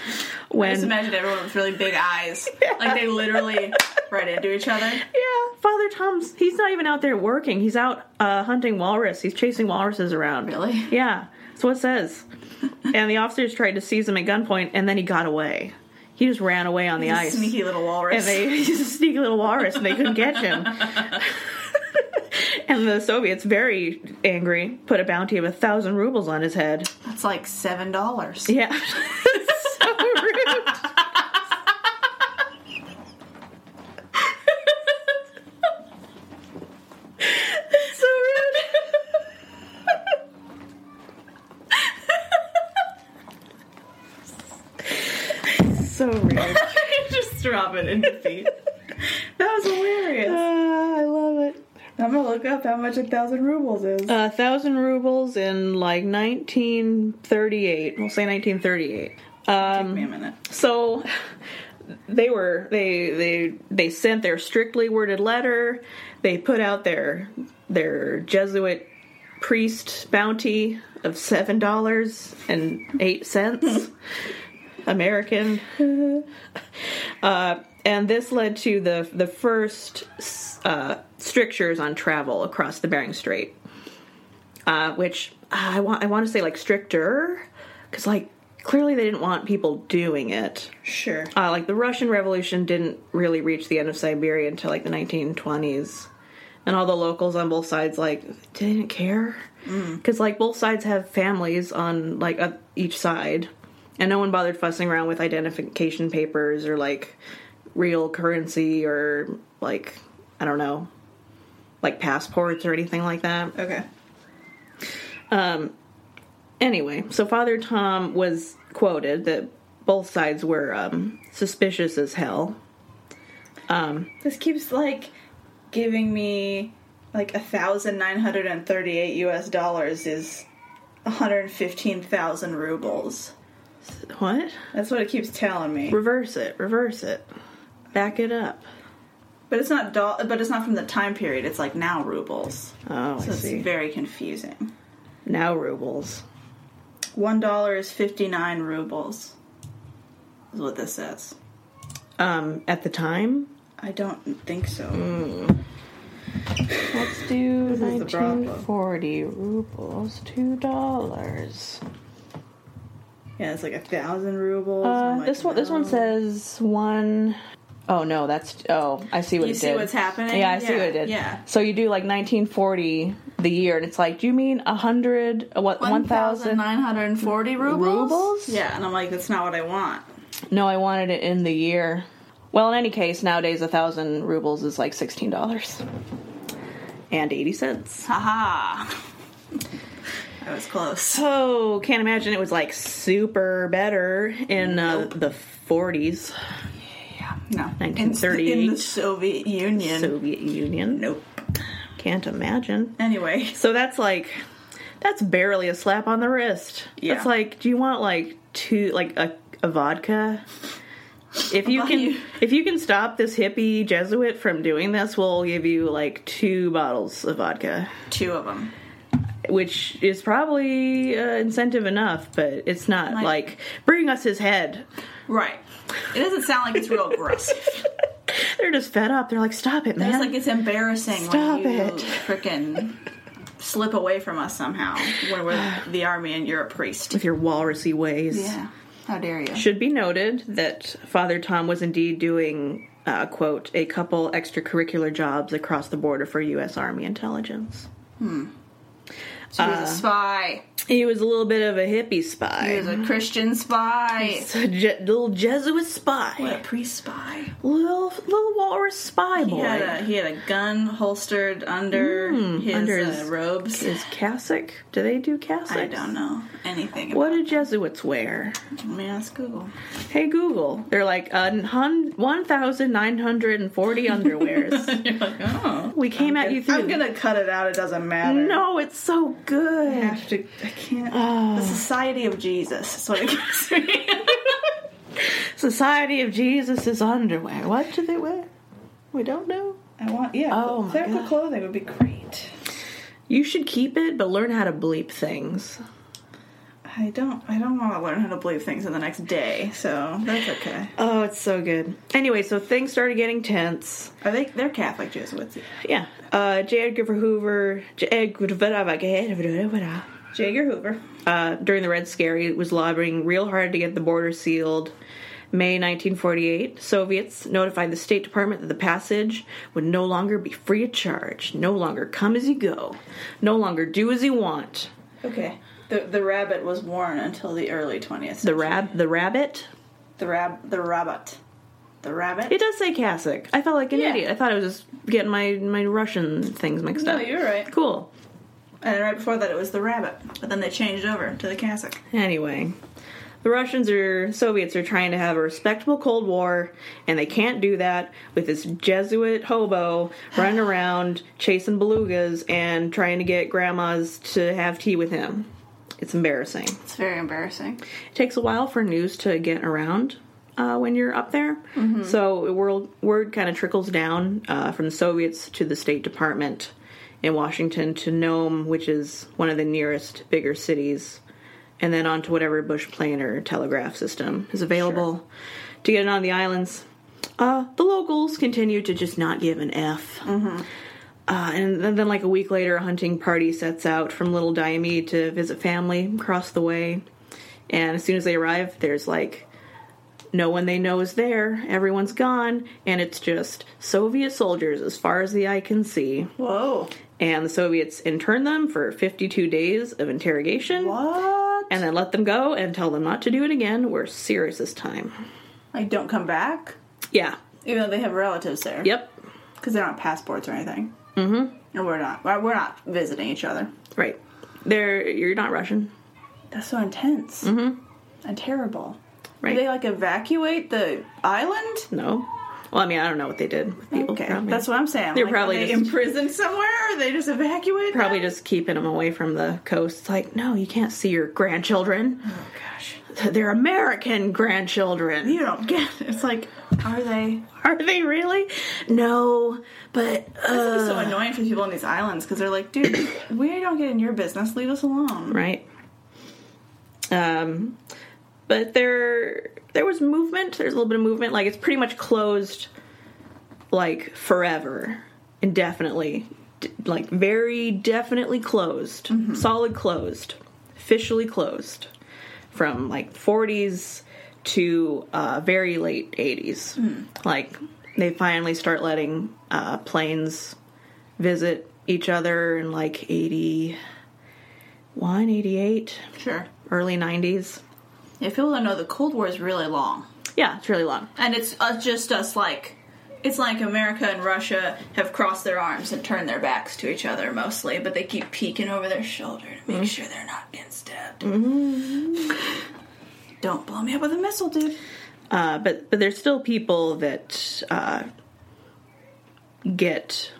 [SPEAKER 2] just
[SPEAKER 1] When
[SPEAKER 2] imagine everyone with really big eyes. Like they literally right into each other.
[SPEAKER 1] yeah, Father Tom's he's not even out there working. He's out uh, hunting walrus. He's chasing walruses around.
[SPEAKER 2] Really?
[SPEAKER 1] Yeah, that's what it says. and the officers tried to seize him at gunpoint, and then he got away. He just ran away on the ice.
[SPEAKER 2] Sneaky little walrus.
[SPEAKER 1] and they he's a sneaky little walrus and they couldn't catch him. and the Soviets, very angry, put a bounty of a thousand rubles on his head.
[SPEAKER 2] That's like seven dollars.
[SPEAKER 1] Yeah. so rude. so rude. so rude.
[SPEAKER 2] just drop it in defeat. that was hilarious.
[SPEAKER 1] Ah, I love it.
[SPEAKER 2] I'm gonna look up how much a thousand rubles is.
[SPEAKER 1] A thousand rubles in like 1938. We'll say 1938.
[SPEAKER 2] Give me a minute.
[SPEAKER 1] So they were they they they sent their strictly worded letter. They put out their their Jesuit priest bounty of seven dollars and eight cents American. Uh, and this led to the the first uh, strictures on travel across the Bering Strait, uh, which I want I want to say like stricter because like clearly they didn't want people doing it.
[SPEAKER 2] Sure.
[SPEAKER 1] Uh, like the Russian Revolution didn't really reach the end of Siberia until like the 1920s, and all the locals on both sides like didn't care because like both sides have families on like uh, each side, and no one bothered fussing around with identification papers or like real currency or like I don't know, like passports or anything like that
[SPEAKER 2] Okay.
[SPEAKER 1] anyway, so Father Tom was quoted that both sides were um, suspicious as hell.
[SPEAKER 2] This keeps like giving me like a thousand nine hundred and thirty-eight U.S. dollars is one hundred fifteen thousand rubles.
[SPEAKER 1] What?
[SPEAKER 2] That's what it keeps telling me.
[SPEAKER 1] Reverse it. Reverse it. Back it up.
[SPEAKER 2] But it's not do- But it's not from the time period. It's like now rubles.
[SPEAKER 1] Oh, I
[SPEAKER 2] So it's
[SPEAKER 1] see.
[SPEAKER 2] very confusing.
[SPEAKER 1] now rubles.
[SPEAKER 2] One dollar is fifty-nine rubles. Is what this says.
[SPEAKER 1] Um, at the time,
[SPEAKER 2] I don't think so.
[SPEAKER 1] Mm. let's do
[SPEAKER 2] is the problem.
[SPEAKER 1] 1940 rubles, two dollars.
[SPEAKER 2] Yeah, it's like a thousand rubles. I'm
[SPEAKER 1] Uh,
[SPEAKER 2] like,
[SPEAKER 1] this one, this one
[SPEAKER 2] no.
[SPEAKER 1] says one oh no, that's oh, I see what
[SPEAKER 2] You
[SPEAKER 1] it
[SPEAKER 2] see
[SPEAKER 1] did.
[SPEAKER 2] what's happening?
[SPEAKER 1] Yeah, I
[SPEAKER 2] Yeah,
[SPEAKER 1] see what it did.
[SPEAKER 2] yeah.
[SPEAKER 1] So you do like 1940 the year, and it's like, do you mean a hundred? uh, What one thousand?
[SPEAKER 2] 1,940 rubles?
[SPEAKER 1] Rubles?
[SPEAKER 2] Yeah, and I'm like, that's not what I want.
[SPEAKER 1] No, I wanted it in the year. Well, in any case, nowadays a thousand rubles is like sixteen dollars and eighty cents.
[SPEAKER 2] Haha. I was close.
[SPEAKER 1] So can't imagine it was like super better in uh, the forties,
[SPEAKER 2] Yeah, no.
[SPEAKER 1] 1938.
[SPEAKER 2] In, the Soviet Union.
[SPEAKER 1] Soviet Union.
[SPEAKER 2] nope.
[SPEAKER 1] Can't imagine.
[SPEAKER 2] Anyway,
[SPEAKER 1] So that's like that's barely a slap on the wrist.
[SPEAKER 2] Yeah.
[SPEAKER 1] It's like, do you want like two like a, a vodka? If you
[SPEAKER 2] buy
[SPEAKER 1] can
[SPEAKER 2] you-
[SPEAKER 1] if you can stop this hippie Jesuit from doing this, we'll give you like two bottles of vodka,
[SPEAKER 2] two of them.
[SPEAKER 1] which is probably uh, incentive enough, but it's not
[SPEAKER 2] Like-
[SPEAKER 1] like bring us his head.
[SPEAKER 2] Right. It doesn't sound like it's real aggressive.
[SPEAKER 1] They're just fed up. They're like, stop it,
[SPEAKER 2] It's
[SPEAKER 1] man.
[SPEAKER 2] like it's embarrassing
[SPEAKER 1] Stop
[SPEAKER 2] when you
[SPEAKER 1] it.
[SPEAKER 2] frickin' slip away from us somehow when we're the army and you're a priest.
[SPEAKER 1] With your walrusy ways.
[SPEAKER 2] Yeah. How dare you?
[SPEAKER 1] Should be noted that Father Tom was indeed doing, uh, quote, a couple extracurricular jobs across the border for U.S. Army intelligence.
[SPEAKER 2] So he's a spy.
[SPEAKER 1] He was a little bit of a hippie
[SPEAKER 2] He
[SPEAKER 1] spy.
[SPEAKER 2] was a Christian spy.
[SPEAKER 1] So Je- little Jesuit spy.
[SPEAKER 2] What a priest spy.
[SPEAKER 1] Little, little walrus spy boy.
[SPEAKER 2] He had a he had a gun holstered under his,
[SPEAKER 1] under
[SPEAKER 2] uh,
[SPEAKER 1] his-
[SPEAKER 2] robes.
[SPEAKER 1] Is cassock? Do they do cassocks?
[SPEAKER 2] I don't know anything.
[SPEAKER 1] What
[SPEAKER 2] About
[SPEAKER 1] do Jesuits wear?
[SPEAKER 2] Let me ask Google.
[SPEAKER 1] Hey Google, they're like uh, hun- 1,940 underwears.
[SPEAKER 2] You're like, oh,
[SPEAKER 1] we came at you through.
[SPEAKER 2] I'm gonna cut it out. It doesn't matter.
[SPEAKER 1] no, it's so good.
[SPEAKER 2] I have to. I can't.
[SPEAKER 1] Oh.
[SPEAKER 2] The Society of Jesus. That's what it gives me.
[SPEAKER 1] Society of Jesus' underwear. What do they wear?
[SPEAKER 2] We don't know. I want yeah.
[SPEAKER 1] Oh,
[SPEAKER 2] Oh
[SPEAKER 1] my
[SPEAKER 2] clerical
[SPEAKER 1] God.
[SPEAKER 2] clothing would be great.
[SPEAKER 1] You should keep it, but learn how to bleep things.
[SPEAKER 2] I don't. I don't want to learn how to believe things in the next day, so that's okay.
[SPEAKER 1] Oh, it's so good. Anyway, so things started getting tense.
[SPEAKER 2] Are they? They're Catholic Jesuits. yeah.
[SPEAKER 1] Yeah. Uh, J. Edgar Hoover, J. Edgar
[SPEAKER 2] J. Edgar Hoover.
[SPEAKER 1] uh, during the Red Scare, he was lobbying real hard to get the border sealed. May 1948, Soviets notified the State Department that the passage would no longer be free of charge, no longer come as you go, no longer do as you want.
[SPEAKER 2] Okay. The the rabbit was worn until the early twentieth.
[SPEAKER 1] The rab, the rabbit.
[SPEAKER 2] The rab. The rabbit. The rabbit.
[SPEAKER 1] It does say Cossack. I felt like an
[SPEAKER 2] Yeah.
[SPEAKER 1] idiot. I thought I was just getting my my Russian things mixed
[SPEAKER 2] No,
[SPEAKER 1] up.
[SPEAKER 2] you're right.
[SPEAKER 1] Cool.
[SPEAKER 2] And right before that, it was the rabbit. But then they changed over to the cassock.
[SPEAKER 1] Anyway, the Russians or Soviets are trying to have a respectable Cold War, and they can't do that with this Jesuit hobo running around chasing belugas and trying to get grandmas to have tea with him. It's embarrassing.
[SPEAKER 2] It's very embarrassing.
[SPEAKER 1] It takes a while for news to get around uh, when you're up there, so word, word kind of trickles down uh, from the Soviets to the State Department in Washington to Nome, which is one of the nearest bigger cities, and then on to whatever bush plane or telegraph system is available to get it on the islands. Uh, the locals continue to just not give an F. Uh, and then, then, like a week later, a hunting party sets out from Little Diomede to visit family across the way. And as soon as they arrive, there's like no one they know is there. Everyone's gone, and it's just Soviet soldiers as far as the eye can see.
[SPEAKER 2] Whoa.
[SPEAKER 1] And the Soviets intern them for 52 days of interrogation,
[SPEAKER 2] What?
[SPEAKER 1] and then let them go and tell them not to do it again. We're serious this time.
[SPEAKER 2] Like, don't come back?
[SPEAKER 1] Yeah.
[SPEAKER 2] Even though they have relatives there.
[SPEAKER 1] Yep.
[SPEAKER 2] Because they don't have passports or anything. Mm-hmm. And we're not. well, We're not visiting each other.
[SPEAKER 1] Right. They're you're not Russian,
[SPEAKER 2] That's so intense. Mm-hmm. And terrible.
[SPEAKER 1] right?
[SPEAKER 2] Do they, like, evacuate the island?
[SPEAKER 1] no. Well, I mean, I don't know what they did with people.
[SPEAKER 2] Okay.
[SPEAKER 1] probably.
[SPEAKER 2] That's what I'm saying.
[SPEAKER 1] They're
[SPEAKER 2] Like,
[SPEAKER 1] probably
[SPEAKER 2] are they
[SPEAKER 1] just-
[SPEAKER 2] imprisoned somewhere? Or they just evacuate?
[SPEAKER 1] probably just keeping them away from the coast. It's like, no, you can't see your grandchildren.
[SPEAKER 2] Oh, gosh.
[SPEAKER 1] They're American grandchildren.
[SPEAKER 2] You don't get it. It's like, are they.
[SPEAKER 1] Are they really? No, but uh,
[SPEAKER 2] It's so annoying for people on these islands because they're like, dude, we don't get in your business. Leave us alone.
[SPEAKER 1] right. Um, but there there was movement. There's a little bit of movement. Like it's pretty much closed, like forever, indefinitely, D- like very definitely closed, solid closed, officially closed, from like 40s to uh, very late 80s. Like they finally start letting uh, planes visit each other in like 81, 88,
[SPEAKER 2] Sure.
[SPEAKER 1] early 90s.
[SPEAKER 2] Yeah, people don't know the Cold War is really long,
[SPEAKER 1] Yeah, it's really long.
[SPEAKER 2] and it's uh, just us like it's like America and Russia have crossed their arms and turned their backs to each other mostly, but they keep peeking over their shoulder to make sure they're not getting stabbed. Mm-hmm. don't blow me up with a missile, dude.
[SPEAKER 1] Uh, but but there's still people that uh, get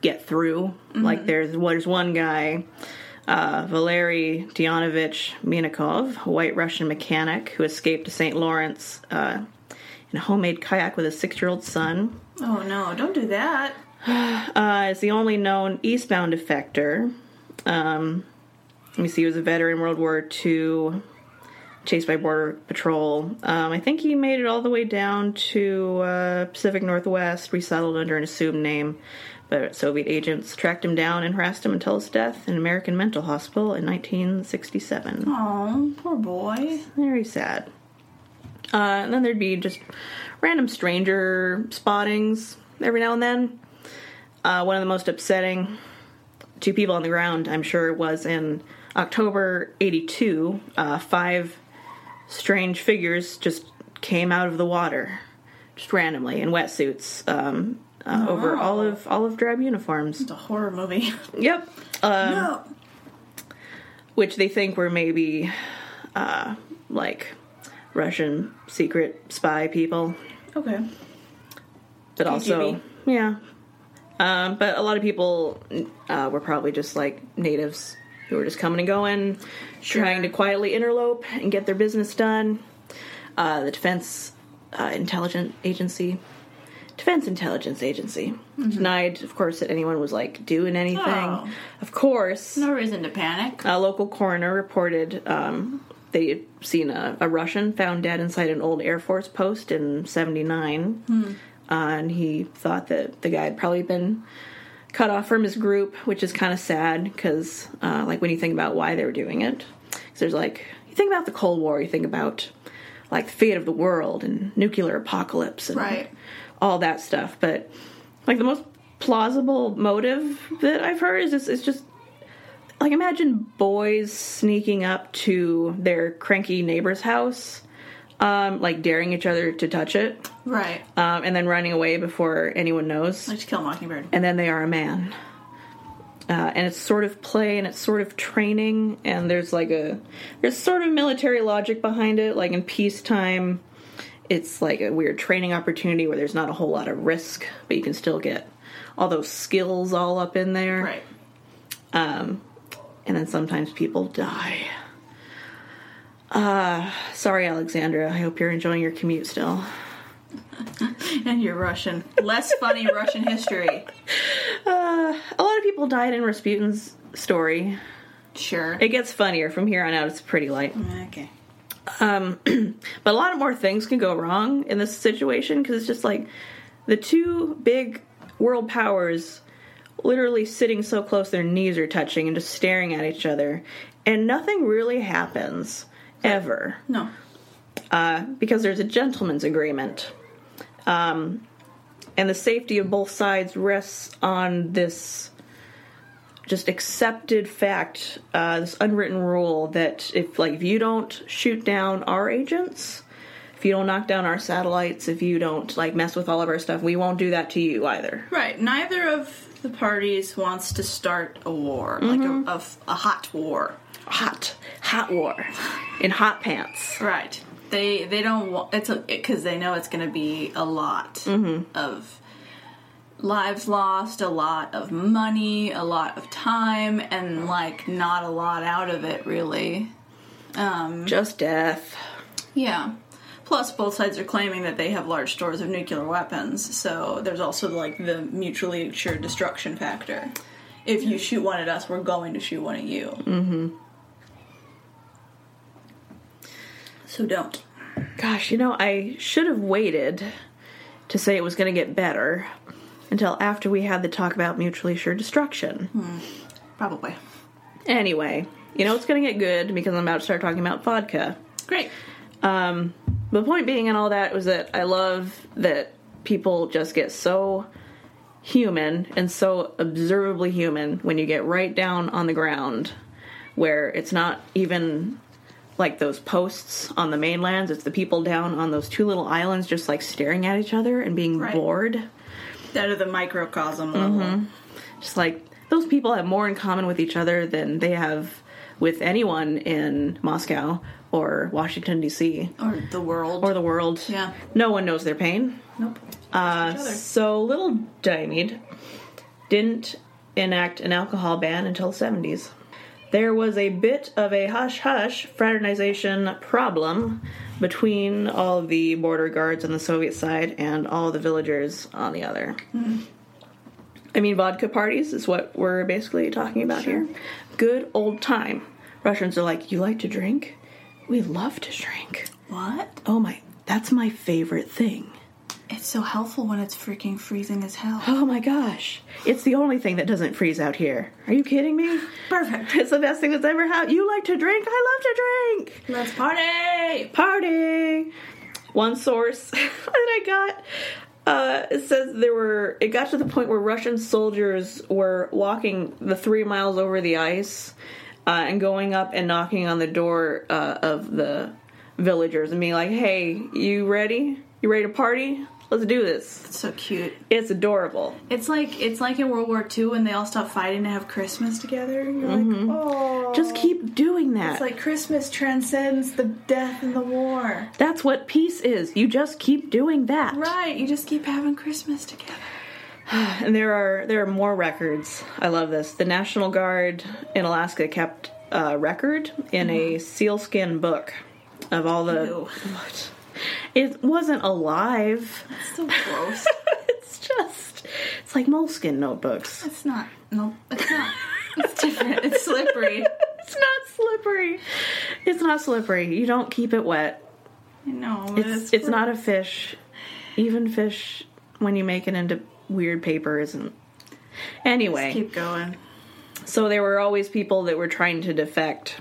[SPEAKER 1] get through. Like there's there's one guy, uh, Valery Dyanovich Minikov, a white Russian mechanic who escaped to St. Lawrence uh, in a homemade kayak with his six year old son.
[SPEAKER 2] Oh no, don't do that.
[SPEAKER 1] Uh, is the only known eastbound defector. Um, let me see. He was a veteran World War II, chased by Border Patrol. Um, I think he made it all the way down to uh, Pacific Northwest, resettled under an assumed name, but Soviet agents tracked him down and harassed him until his death in an American mental hospital in 1967.
[SPEAKER 2] Oh, poor boy.
[SPEAKER 1] Very sad. Uh, and then there'd be just random stranger spottings every now and then. Uh, one of the most upsetting to people on the ground, I'm sure, was in October 82. Uh, five strange figures just came out of the water, just randomly, in wetsuits, um, uh, over olive, olive drab uniforms.
[SPEAKER 2] It's a horror movie.
[SPEAKER 1] Yep. Uh,
[SPEAKER 2] no.
[SPEAKER 1] which they think were maybe uh, like Russian secret spy people,
[SPEAKER 2] Okay.
[SPEAKER 1] but also
[SPEAKER 2] KGB.
[SPEAKER 1] yeah. Um, but a lot of people uh, were probably just like natives who were just coming and going, trying to quietly interlope and get their business done. Uh, the Defense uh, Intelligence Agency, Defense Intelligence Agency. Denied, of course, that anyone was like doing anything.
[SPEAKER 2] Oh.
[SPEAKER 1] Of course,
[SPEAKER 2] No reason to panic.
[SPEAKER 1] a local coroner reported um, they had seen a, a Russian found dead inside an old Air Force post in 79. Uh, and he thought that the guy had probably been cut off from his group, which is kind of sad because, uh, like, when you think about why they were doing it, 'cause there's like, you think about the Cold War, you think about like the fate of the world and nuclear apocalypse and
[SPEAKER 2] Right.
[SPEAKER 1] all that stuff. But like the most plausible motive that I've heard is just, it's just like imagine boys sneaking up to their cranky neighbor's house, um, like daring each other to touch it,
[SPEAKER 2] Right.
[SPEAKER 1] um, and then running away before anyone knows.
[SPEAKER 2] Like to kill a Mockingbird.
[SPEAKER 1] And then they are a man. Uh, and it's sort of play and it's sort of training and there's like a there's sort of military logic behind it like in peacetime it's like a weird training opportunity where there's not a whole lot of risk but you can still get all those skills all up in there
[SPEAKER 2] Right.
[SPEAKER 1] and then sometimes people die. Uh, sorry, Alexandra. I hope you're enjoying your commute still.
[SPEAKER 2] And you're Russian. Less funny Russian history.
[SPEAKER 1] A lot of people died in Rasputin's story.
[SPEAKER 2] Sure.
[SPEAKER 1] It gets funnier from here on out. It's pretty light,
[SPEAKER 2] Okay.
[SPEAKER 1] but a lot more things can go wrong in this situation because it's just like the two big world powers literally sitting so close their knees are touching and just staring at each other, and nothing really happens ever.
[SPEAKER 2] No.
[SPEAKER 1] because there's a gentleman's agreement. Um, and the safety of both sides rests on this just accepted fact, uh, this unwritten rule that if like if you don't shoot down our agents, if you don't knock down our satellites, if you don't like mess with all of our stuff, we won't do that to you either.
[SPEAKER 2] Right. Neither of the parties wants to start a war, like a, a f- a hot war.
[SPEAKER 1] Hot, hot war, in hot pants.
[SPEAKER 2] Right. They they don't want it's because they know it's going to be a lot of lives lost, a lot of money, a lot of time, and like not a lot out of it really. Um,
[SPEAKER 1] Just death.
[SPEAKER 2] Yeah. Plus, both sides are claiming that they have large stores of nuclear weapons, so there's also like the mutually assured destruction factor. If you shoot one at us, we're going to shoot one at you. Mm-hmm. So don't.
[SPEAKER 1] Gosh, you know, I should have waited to say it was going to get better until after we had the talk about mutually assured destruction.
[SPEAKER 2] Probably.
[SPEAKER 1] Anyway, you know, it's going to get good because I'm about to start talking about vodka.
[SPEAKER 2] Great.
[SPEAKER 1] The point being, and all that, was that I love that people just get so human and so observably human when you get right down on the ground where it's not even like those posts on the mainlands, it's the people down on those two little islands just like staring at each other and being
[SPEAKER 2] Right.
[SPEAKER 1] bored.
[SPEAKER 2] That are the microcosm level.
[SPEAKER 1] Just like those people have more in common with each other than they have with anyone in Moscow or Washington, D.C.
[SPEAKER 2] Or the world.
[SPEAKER 1] or the world.
[SPEAKER 2] Yeah.
[SPEAKER 1] No one knows their pain.
[SPEAKER 2] nope.
[SPEAKER 1] Uh, so little Diomede didn't enact an alcohol ban until the 70s. There was a bit of a hush hush fraternization problem between all of the border guards on the Soviet side and all the villagers on the other. I mean, vodka parties is what we're basically talking about here. Good old time. Russians are like, You like to drink? We love to drink.
[SPEAKER 2] What?
[SPEAKER 1] Oh my, that's my favorite thing.
[SPEAKER 2] It's so helpful when it's freaking freezing as hell.
[SPEAKER 1] Oh my gosh. It's the only thing that doesn't freeze out here. Are you kidding me?
[SPEAKER 2] Perfect.
[SPEAKER 1] It's the best thing that's ever happened. You like to drink? I love to drink.
[SPEAKER 2] Let's party!
[SPEAKER 1] Party. One source that I got uh, it says there were. It got to the point where Russian soldiers were walking the three miles over the ice uh, and going up and knocking on the door uh, of the villagers and being like, "Hey, you ready? You ready to party? Let's do this."
[SPEAKER 2] So cute.
[SPEAKER 1] It's adorable.
[SPEAKER 2] It's like it's like in World War II when they all stopped fighting to have Christmas together. You're
[SPEAKER 1] Mm-hmm.
[SPEAKER 2] like, oh,
[SPEAKER 1] Just keep doing that.
[SPEAKER 2] It's like Christmas transcends the death and the war.
[SPEAKER 1] That's what peace is. You just keep doing that.
[SPEAKER 2] Right? You just keep having Christmas together.
[SPEAKER 1] And there are there are more records. I love this. The National Guard in Alaska kept a record in a sealskin book of all the
[SPEAKER 2] Ew.
[SPEAKER 1] what. It wasn't alive.
[SPEAKER 2] It's so gross.
[SPEAKER 1] it's like moleskin notebooks.
[SPEAKER 2] It's not. No, it's not. It's different. It's slippery.
[SPEAKER 1] It's not slippery. It's not slippery. You don't keep it wet.
[SPEAKER 2] No,
[SPEAKER 1] It's it's not a fish. Even fish, when you make it into weird paper, isn't. Anyway,
[SPEAKER 2] Keep going.
[SPEAKER 1] so there were always people that were trying to defect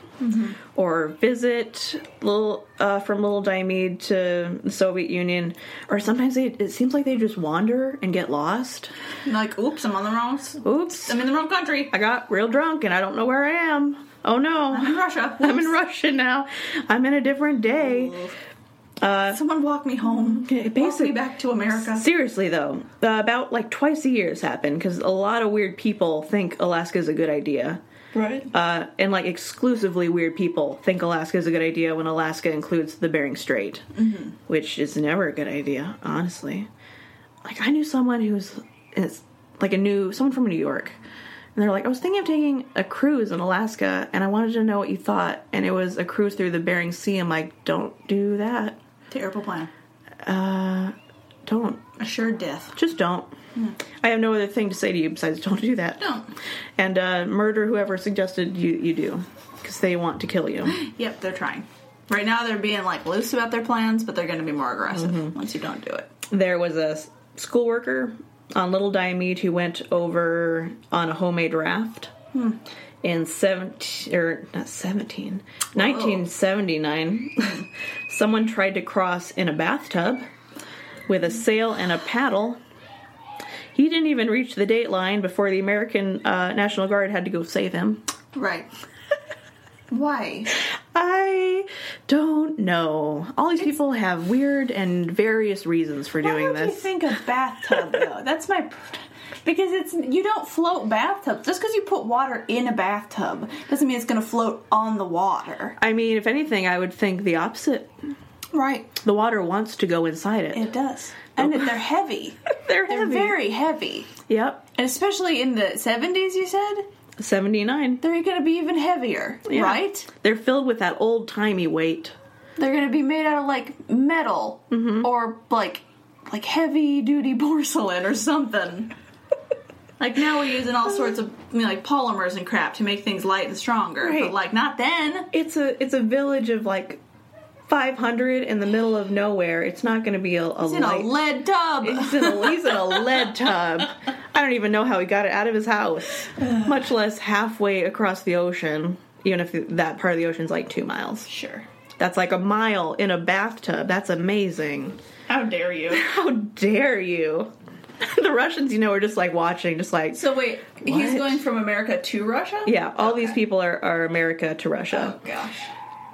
[SPEAKER 1] or visit little uh, from Little Diomede to the Soviet Union, or sometimes they, it seems like they just wander and get lost.
[SPEAKER 2] Like, oops, I'm on the wrong. s-
[SPEAKER 1] Oops,
[SPEAKER 2] I'm in the wrong country.
[SPEAKER 1] I got real drunk and I don't know where I am. Oh
[SPEAKER 2] I'm in
[SPEAKER 1] no,
[SPEAKER 2] Russia.
[SPEAKER 1] I'm in Russia now. I'm in a different day.
[SPEAKER 2] Someone walk me home.
[SPEAKER 1] Okay,
[SPEAKER 2] walk me
[SPEAKER 1] basic-
[SPEAKER 2] back to America.
[SPEAKER 1] Seriously though, uh, about like twice a year has happened because a lot of weird people think Alaska is a good idea.
[SPEAKER 2] Right.
[SPEAKER 1] Uh, and like exclusively weird people think Alaska is a good idea when Alaska includes the Bering Strait, which is never a good idea, honestly. Like I knew someone who was is like a new someone from New York, and they're like, I was thinking of taking a cruise in Alaska, and I wanted to know what you thought, and it was a cruise through the Bering Sea. I'm like, don't do that,
[SPEAKER 2] Terrible plan.
[SPEAKER 1] don't,
[SPEAKER 2] Assured death.
[SPEAKER 1] just don't. I have no other thing to say to you besides don't do that.
[SPEAKER 2] Don't.
[SPEAKER 1] and uh, murder whoever suggested you you do because they want to kill you.
[SPEAKER 2] Yep, they're trying. Right now, they're being like loose about their plans, but they're going to be more aggressive
[SPEAKER 1] Mm-hmm.
[SPEAKER 2] once you don't do it.
[SPEAKER 1] there was a s- school worker on Little Diomede who went over on a homemade raft
[SPEAKER 2] Hmm.
[SPEAKER 1] in 17 or not 17 1979 someone tried to cross in a bathtub with a sail and a paddle he didn't even reach the date line before the american uh, national guard had to go save him
[SPEAKER 2] Right. Why?
[SPEAKER 1] I don't know. All these people have weird and various reasons for doing
[SPEAKER 2] Why would you
[SPEAKER 1] this.
[SPEAKER 2] think of bathtub though? That's my pr- because it's you don't float bathtubs. Just because you put water in a bathtub doesn't mean it's going to float on the water.
[SPEAKER 1] I mean, if anything, I would think the opposite.
[SPEAKER 2] Right.
[SPEAKER 1] The water wants to go inside it.
[SPEAKER 2] It does, and
[SPEAKER 1] Oh.
[SPEAKER 2] they're heavy.
[SPEAKER 1] They're
[SPEAKER 2] They're
[SPEAKER 1] heavy.
[SPEAKER 2] very heavy,
[SPEAKER 1] yep.
[SPEAKER 2] and especially in the seventies. You said
[SPEAKER 1] 79.
[SPEAKER 2] they're going to be even heavier,
[SPEAKER 1] Yeah.
[SPEAKER 2] right?
[SPEAKER 1] They're filled with that old timey weight.
[SPEAKER 2] They're going to be made out of like metal or like like heavy duty porcelain or something. like now we're using all sorts of you know, like polymers and crap to make things light and stronger,
[SPEAKER 1] Right.
[SPEAKER 2] but like not then.
[SPEAKER 1] It's a it's a village of like 500 in the middle of nowhere. It's not going to be a, a
[SPEAKER 2] It's in a
[SPEAKER 1] light.
[SPEAKER 2] lead tub.
[SPEAKER 1] He's in, a, he's in a lead tub. I don't even know how he got it out of his house, much less halfway across the ocean, even if that part of the ocean's like two miles.
[SPEAKER 2] sure.
[SPEAKER 1] That's like a mile in a bathtub. That's amazing.
[SPEAKER 2] How dare you?
[SPEAKER 1] How dare you? the Russians, you know, are just like watching, just like,
[SPEAKER 2] So wait, he's
[SPEAKER 1] What?
[SPEAKER 2] going from America to Russia?
[SPEAKER 1] yeah, all these people are, are America to Russia.
[SPEAKER 2] Oh gosh.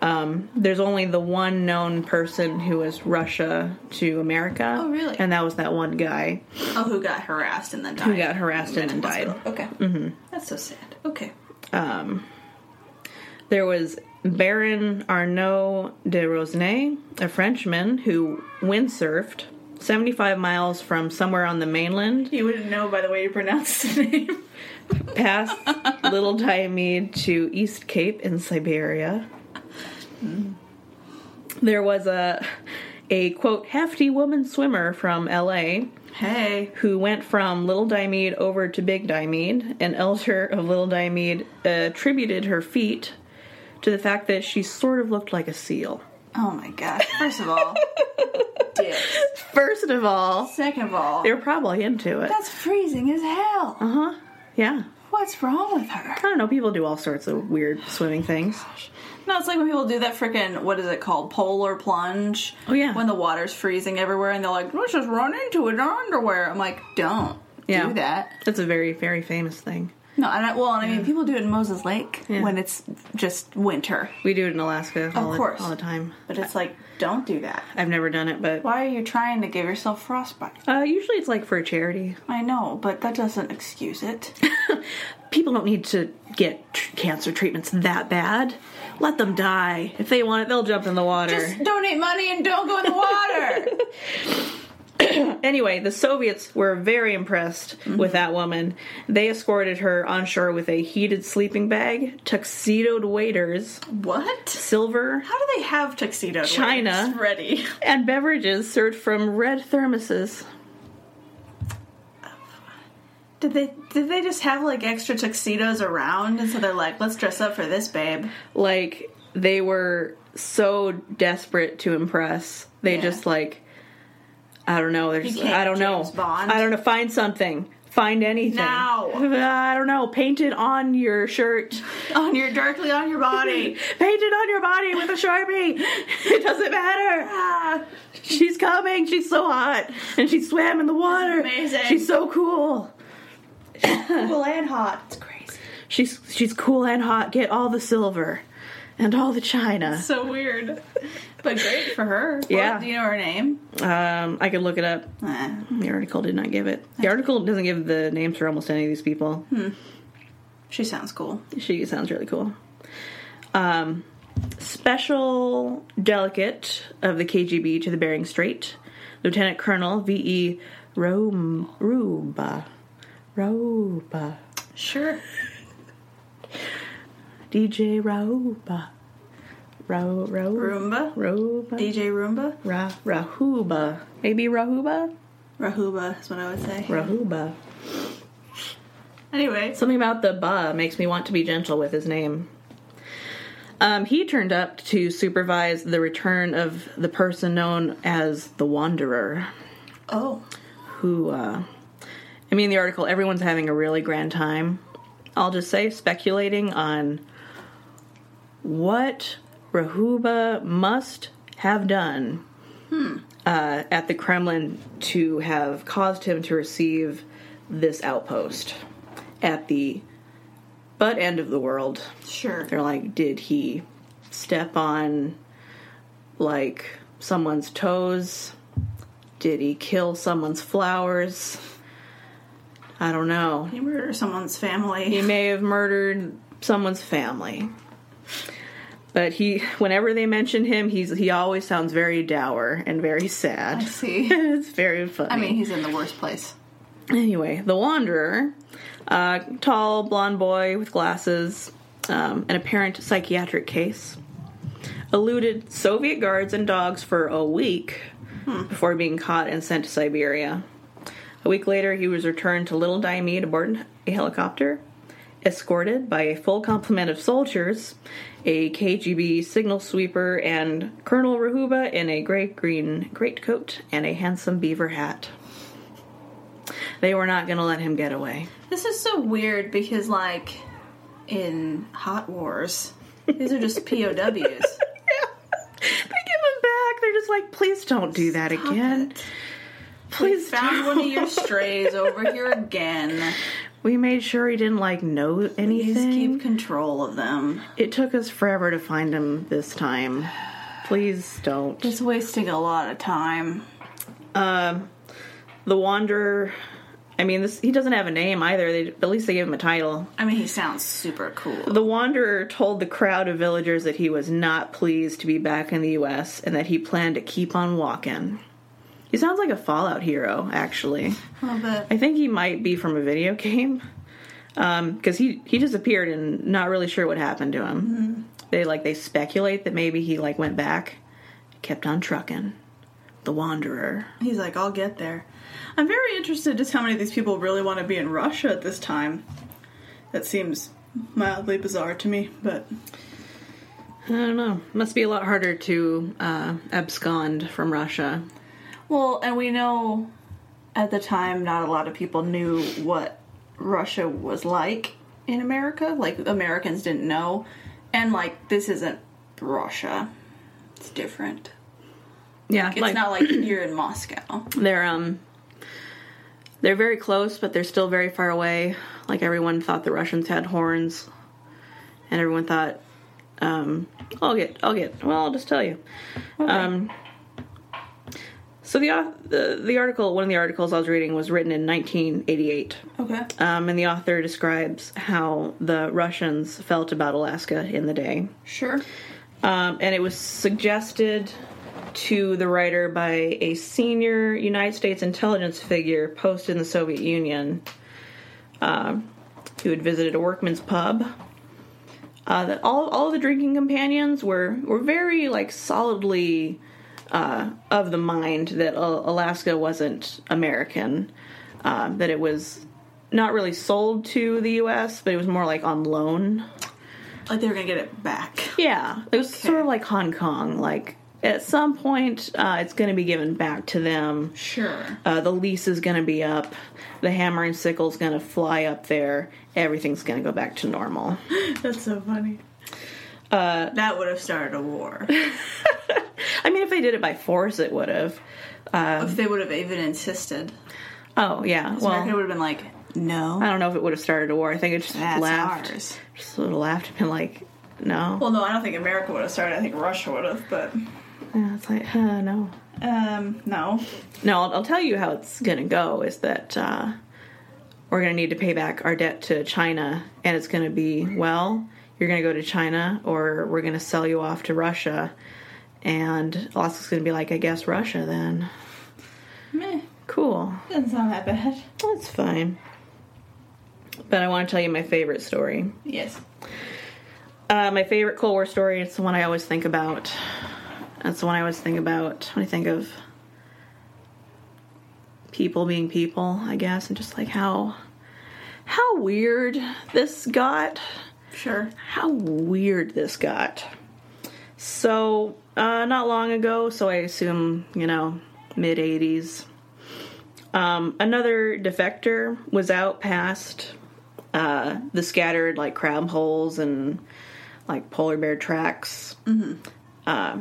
[SPEAKER 1] Um, there's only the one known person who was Russia to America.
[SPEAKER 2] Oh, really?
[SPEAKER 1] And that was that one guy
[SPEAKER 2] Oh, who got harassed and then died?
[SPEAKER 1] who got harassed and then died.
[SPEAKER 2] Okay. Mm-hmm. That's so sad. Okay.
[SPEAKER 1] There was Baron Arnaud de Rosnay, a Frenchman who windsurfed 75 miles from somewhere on the mainland
[SPEAKER 2] You wouldn't know by the way you pronounced the name.
[SPEAKER 1] past Little Diomede to East Cape in Siberia. There was a a quote hefty woman swimmer from LA
[SPEAKER 2] Hey.
[SPEAKER 1] who went from Little Diomede over to Big Diomede. An elder of Little Diomede uh, attributed her feat to the fact that she sort of looked like a seal.
[SPEAKER 2] Oh my gosh. First of all, dicks.
[SPEAKER 1] First of all,
[SPEAKER 2] Second of all,
[SPEAKER 1] they're probably into it.
[SPEAKER 2] that's freezing as hell.
[SPEAKER 1] Uh huh. Yeah.
[SPEAKER 2] What's wrong with her?
[SPEAKER 1] I don't know. People do all sorts of weird swimming things.
[SPEAKER 2] No, it's like when people do that freaking, what is it called? Polar plunge.
[SPEAKER 1] Oh, yeah.
[SPEAKER 2] When the water's freezing everywhere and they're like, let's just run into it in our underwear. I'm like, don't
[SPEAKER 1] Yeah.
[SPEAKER 2] do that.
[SPEAKER 1] That's a very, very famous thing.
[SPEAKER 2] No, and I, well, and I mean, people do it in Moses Lake
[SPEAKER 1] Yeah.
[SPEAKER 2] when it's just winter.
[SPEAKER 1] We do it in Alaska all, the-
[SPEAKER 2] course.
[SPEAKER 1] all the time.
[SPEAKER 2] But it's like, don't do that.
[SPEAKER 1] I've never done it, but
[SPEAKER 2] Why are you trying to give yourself frostbite?
[SPEAKER 1] uh, usually it's like for a charity.
[SPEAKER 2] I know, but that doesn't excuse it.
[SPEAKER 1] People don't need to get tr- cancer treatments that bad. Let them die. If they want it, they'll jump in the water.
[SPEAKER 2] Just donate money and don't go in the water.
[SPEAKER 1] Anyway, the Soviets were very impressed
[SPEAKER 2] Mm-hmm.
[SPEAKER 1] with that woman. They escorted her onshore with a heated sleeping bag, tuxedoed waiters,
[SPEAKER 2] what?
[SPEAKER 1] silver,
[SPEAKER 2] How do they have tuxedo
[SPEAKER 1] China.
[SPEAKER 2] wears ready?
[SPEAKER 1] and beverages served from red thermoses.
[SPEAKER 2] Did they did they just have like extra tuxedos around and so they're like, let's dress up for this babe.
[SPEAKER 1] Like they were so desperate to impress, they
[SPEAKER 2] Yeah.
[SPEAKER 1] just like I don't know. There's
[SPEAKER 2] can't
[SPEAKER 1] I don't know.
[SPEAKER 2] James Bond.
[SPEAKER 1] I don't know. Find something. Find anything.
[SPEAKER 2] Now.
[SPEAKER 1] I don't know. Paint it on your shirt.
[SPEAKER 2] On your directly on your body.
[SPEAKER 1] Paint it on your body with a sharpie. It doesn't matter.
[SPEAKER 2] ah,
[SPEAKER 1] She's coming. She's so hot, and she swam in the water.
[SPEAKER 2] Amazing.
[SPEAKER 1] She's so cool.
[SPEAKER 2] cool and hot. It's crazy.
[SPEAKER 1] She's she's cool and hot. Get all the silver, and all the china.
[SPEAKER 2] So weird. But great for her. What-
[SPEAKER 1] Yeah.
[SPEAKER 2] do you know her name?
[SPEAKER 1] Um, I could look it up.
[SPEAKER 2] Eh.
[SPEAKER 1] The article did not give it. The article doesn't give the names for almost any of these people.
[SPEAKER 2] She sounds cool.
[SPEAKER 1] She sounds really cool. Um, special delegate of the KGB to the Bering Strait, Lieutenant Colonel V.E. Rome, Ruba. Roba.
[SPEAKER 2] Sure.
[SPEAKER 1] DJ Rauba. Ro, ro,
[SPEAKER 2] Roomba.
[SPEAKER 1] Roba.
[SPEAKER 2] DJ Roomba.
[SPEAKER 1] Ra, Rahuba. Maybe Rahuba?
[SPEAKER 2] Rahuba is what I would say.
[SPEAKER 1] Rahuba.
[SPEAKER 2] Anyway,
[SPEAKER 1] Something about the ba makes me want to be gentle with his name. Um, he turned up to supervise the return of the person known as the Wanderer,
[SPEAKER 2] oh,
[SPEAKER 1] who, uh, I mean, the article, everyone's having a really grand time. I'll just say, speculating on what Rahuba must have done uh, at the Kremlin to have caused him to receive this outpost at the butt end of the world.
[SPEAKER 2] sure.
[SPEAKER 1] They're like, did he step on like someone's toes? Did he kill someone's flowers? I don't know.
[SPEAKER 2] You murder someone's family.
[SPEAKER 1] He may have murdered someone's family. But he whenever they mention him, he's he always sounds very dour and very sad.
[SPEAKER 2] I see.
[SPEAKER 1] it's very funny.
[SPEAKER 2] I mean, he's in the worst place.
[SPEAKER 1] Anyway, the Wanderer, uh, tall blonde boy with glasses, um, an apparent psychiatric case, eluded Soviet guards and dogs for a week before being caught and sent to Siberia. A week later, he was returned to Little Diomede aboard a helicopter, escorted by a full complement of soldiers, a KGB signal sweeper, and Colonel Rahuba in a gray green greatcoat and a handsome beaver hat. They were not going to let him get away.
[SPEAKER 2] This is so weird because, like, in Hot Wars, these are just POWs.
[SPEAKER 1] They give him back. They're just like, please don't do that again.
[SPEAKER 2] We
[SPEAKER 1] Please
[SPEAKER 2] found
[SPEAKER 1] don't."
[SPEAKER 2] one of your strays over here again.
[SPEAKER 1] We made sure he didn't like know anything.
[SPEAKER 2] Please keep control of them.
[SPEAKER 1] It took us forever to find him this time. Please don't.
[SPEAKER 2] It's wasting a lot of time.
[SPEAKER 1] The Wanderer. I mean, this he doesn't have a name either. They at least they gave him a title.
[SPEAKER 2] I mean, he sounds super cool.
[SPEAKER 1] The Wanderer told the crowd of villagers that he was not pleased to be back in the U.S. and that he planned to keep on walking. He sounds like a Fallout hero, actually.
[SPEAKER 2] A little bit.
[SPEAKER 1] I think he might be from a video game because he he disappeared and not really sure what happened to him. They like they speculate that maybe he like went back, kept on trucking, the wanderer.
[SPEAKER 2] He's like, I'll get there. I'm very interested just how many of these people really want to be in Russia at this time. That seems mildly bizarre to me, but
[SPEAKER 1] I don't know. Must be a lot harder to uh, abscond from Russia.
[SPEAKER 2] well, and we know at the time not a lot of people knew what Russia was like in America. Like Americans didn't know, and like this isn't Russia. It's different.
[SPEAKER 1] Yeah,
[SPEAKER 2] It's not like you're in Moscow.
[SPEAKER 1] they're um they're very close, but they're still very far away. Like everyone thought the Russians had horns, and everyone thought, um, "I'll get, I'll get." Well, I'll just tell you. Um, so the, au- the the article, one of the articles I was reading, was written in 1988,
[SPEAKER 2] Okay.
[SPEAKER 1] um, and the author describes how the Russians felt about Alaska in the day.
[SPEAKER 2] Sure.
[SPEAKER 1] Um, and it was suggested to the writer by a senior United States intelligence figure posted in the Soviet Union um, who had visited a workman's pub. Uh, that all, all the drinking companions were, were very like solidly uh, of the mind that uh, Alaska wasn't American, um, that it was not really sold to the U.S., but it was more like on loan.
[SPEAKER 2] Like they were gonna get it back.
[SPEAKER 1] Yeah, it was sort of like Hong Kong. Like at some point, uh, it's going to be given back to them.
[SPEAKER 2] Sure.
[SPEAKER 1] Uh, the lease is going to be up. The hammer and sickle's going to fly up there. Everything's going to go back to normal.
[SPEAKER 2] That's so funny. Uh, that would have started a war.
[SPEAKER 1] I mean, if they did it by force, it would have.
[SPEAKER 2] if they would have even insisted.
[SPEAKER 1] Oh yeah. Well,
[SPEAKER 2] America would have been like, no.
[SPEAKER 1] I don't know if it would have started a war. I think it just
[SPEAKER 2] That's
[SPEAKER 1] laughed.
[SPEAKER 2] ours.
[SPEAKER 1] Just sort of laughed and been like, no.
[SPEAKER 2] Well, no, I don't think America would have started. I think Russia would have, but
[SPEAKER 1] yeah, it's like, uh, no.
[SPEAKER 2] um, no.
[SPEAKER 1] No, I'll, I'll tell you how it's going to go is that uh, we're going to need to pay back our debt to China, and it's going to be, well, you're going to go to China, or we're going to sell you off to Russia. And Alaska's going to be like, I guess Russia then.
[SPEAKER 2] Meh.
[SPEAKER 1] Cool.
[SPEAKER 2] Doesn't sound that bad.
[SPEAKER 1] That's fine. But I want to tell you my favorite story.
[SPEAKER 2] Yes.
[SPEAKER 1] Uh, my favorite Cold War story, it's the one I always think about. That's the one I always think about when I think of people being people, I guess, and just like how how weird this got.
[SPEAKER 2] Sure.
[SPEAKER 1] How weird this got. So, uh, not long ago, so I assume, you know, mid 80s, um, another defector was out past uh, the scattered, like, crab holes and, like, polar bear tracks. Mm-hmm. Uh,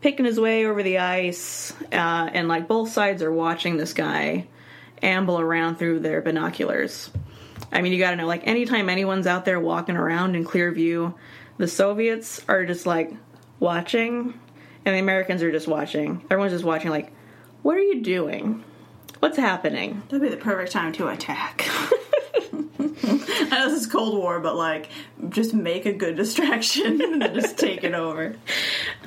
[SPEAKER 1] picking his way over the ice, uh, and, like, both sides are watching this guy amble around through their binoculars. I mean, you gotta know, like, anytime anyone's out there walking around in clear view, the Soviets are just, like, watching, and the Americans are just watching. Everyone's just watching, like, what are you doing? What's happening?
[SPEAKER 2] That'd be the perfect time to attack. I know this is Cold War, but like, just make a good distraction and then just take it over.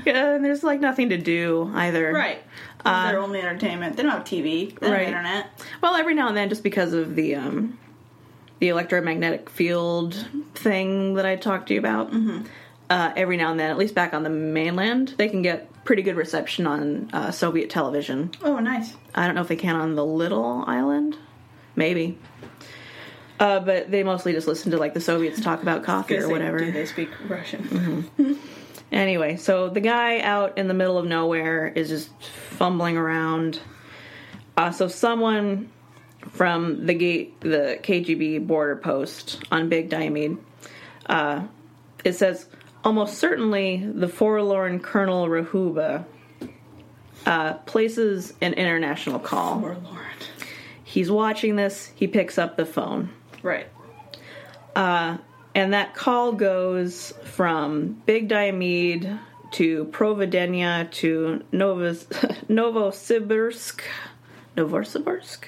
[SPEAKER 1] And Uh, there's, like, nothing to do either.
[SPEAKER 2] Right. Uh, That's their only entertainment. They don't have TV. They don't
[SPEAKER 1] Right.
[SPEAKER 2] have internet.
[SPEAKER 1] Well, every now and then, just because of the um, the electromagnetic field thing that I talked to you about, uh, every now and then, at least back on the mainland, they can get pretty good reception on uh, Soviet television.
[SPEAKER 2] Oh, nice.
[SPEAKER 1] I don't know if they can on the little island, maybe. Uh, but they mostly just listen to like the Soviets talk about coffee or whatever.
[SPEAKER 2] Do they speak Russian?
[SPEAKER 1] Anyway, so the guy out in the middle of nowhere is just fumbling around. Uh, so someone from the gate, the KGB border post on Big Diomede, uh, it says almost certainly the forlorn Colonel Rahuba uh, places an international call.
[SPEAKER 2] Or Lord.
[SPEAKER 1] He's watching this. He picks up the phone.
[SPEAKER 2] Right.
[SPEAKER 1] And that call goes from Big Diomede to Providenia to Novos- Novosibirsk. Novosibirsk?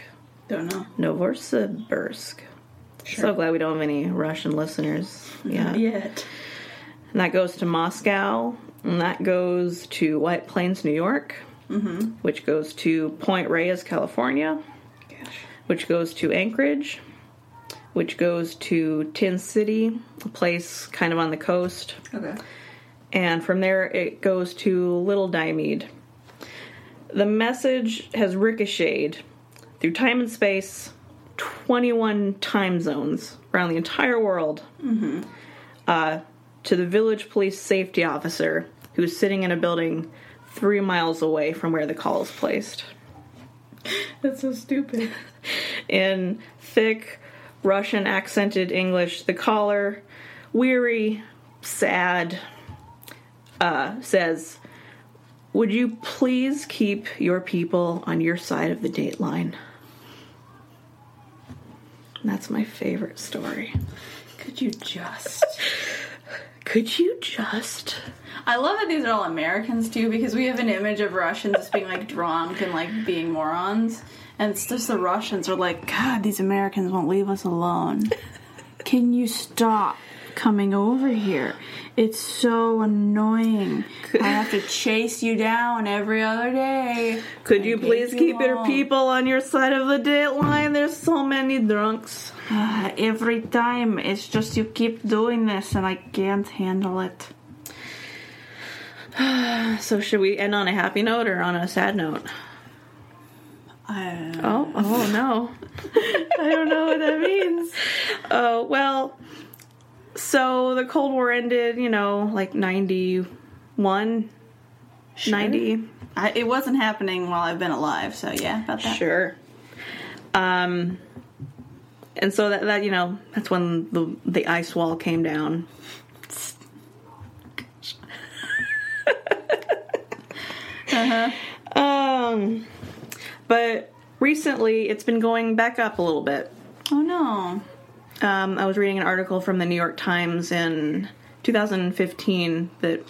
[SPEAKER 2] Don't know.
[SPEAKER 1] Novosibirsk.
[SPEAKER 2] Sure.
[SPEAKER 1] So glad we don't have any Russian listeners. Yeah.
[SPEAKER 2] Yet.
[SPEAKER 1] And that goes to Moscow. And that goes to White Plains, New York, mm-hmm. which goes to Point Reyes, California,
[SPEAKER 2] Gosh.
[SPEAKER 1] which goes to Anchorage, which goes to Tin City, a place kind of on the coast.
[SPEAKER 2] Okay.
[SPEAKER 1] and from there it goes to Little Diomede. The message has ricocheted through time and space, 21 time zones around the entire world, mm-hmm. uh, to the village police safety officer who's sitting in a building three miles away from where the call is placed
[SPEAKER 2] That's so stupid.
[SPEAKER 1] in thick Russian accented English. The caller, weary, sad, uh, says, Would you please keep your people on your side of the date line? And That's my favorite story.
[SPEAKER 2] Could you just?
[SPEAKER 1] Could you just?
[SPEAKER 2] I love that these are all Americans too, because we have an image of Russians just being like drunk and like being morons, and it's just the Russians are like, God, these Americans won't leave us alone. Can you stop coming over here? It's so annoying. I have to chase you down every other day.
[SPEAKER 1] Could you
[SPEAKER 2] Okay,
[SPEAKER 1] please
[SPEAKER 2] you
[SPEAKER 1] keep your
[SPEAKER 2] won't.
[SPEAKER 1] people on your side of the date line? There's so many drunks.
[SPEAKER 2] Ah, every time, it's just you keep doing this, and I can't handle it.
[SPEAKER 1] So, should we end on a happy note or on a sad note?
[SPEAKER 2] I,
[SPEAKER 1] Oh, oh no.
[SPEAKER 2] I don't know what that means.
[SPEAKER 1] Oh, well, so the Cold War ended, you know, like 91, 90.
[SPEAKER 2] I, it wasn't happening while I've been alive, so yeah, about that.
[SPEAKER 1] Sure. Um, and so that, that, you know, that's when the, the ice wall came down.
[SPEAKER 2] Uh-huh.
[SPEAKER 1] Um, but recently it's been going back up a little bit.
[SPEAKER 2] Oh no.
[SPEAKER 1] Um, I was reading an article from the New York Times in 2015 that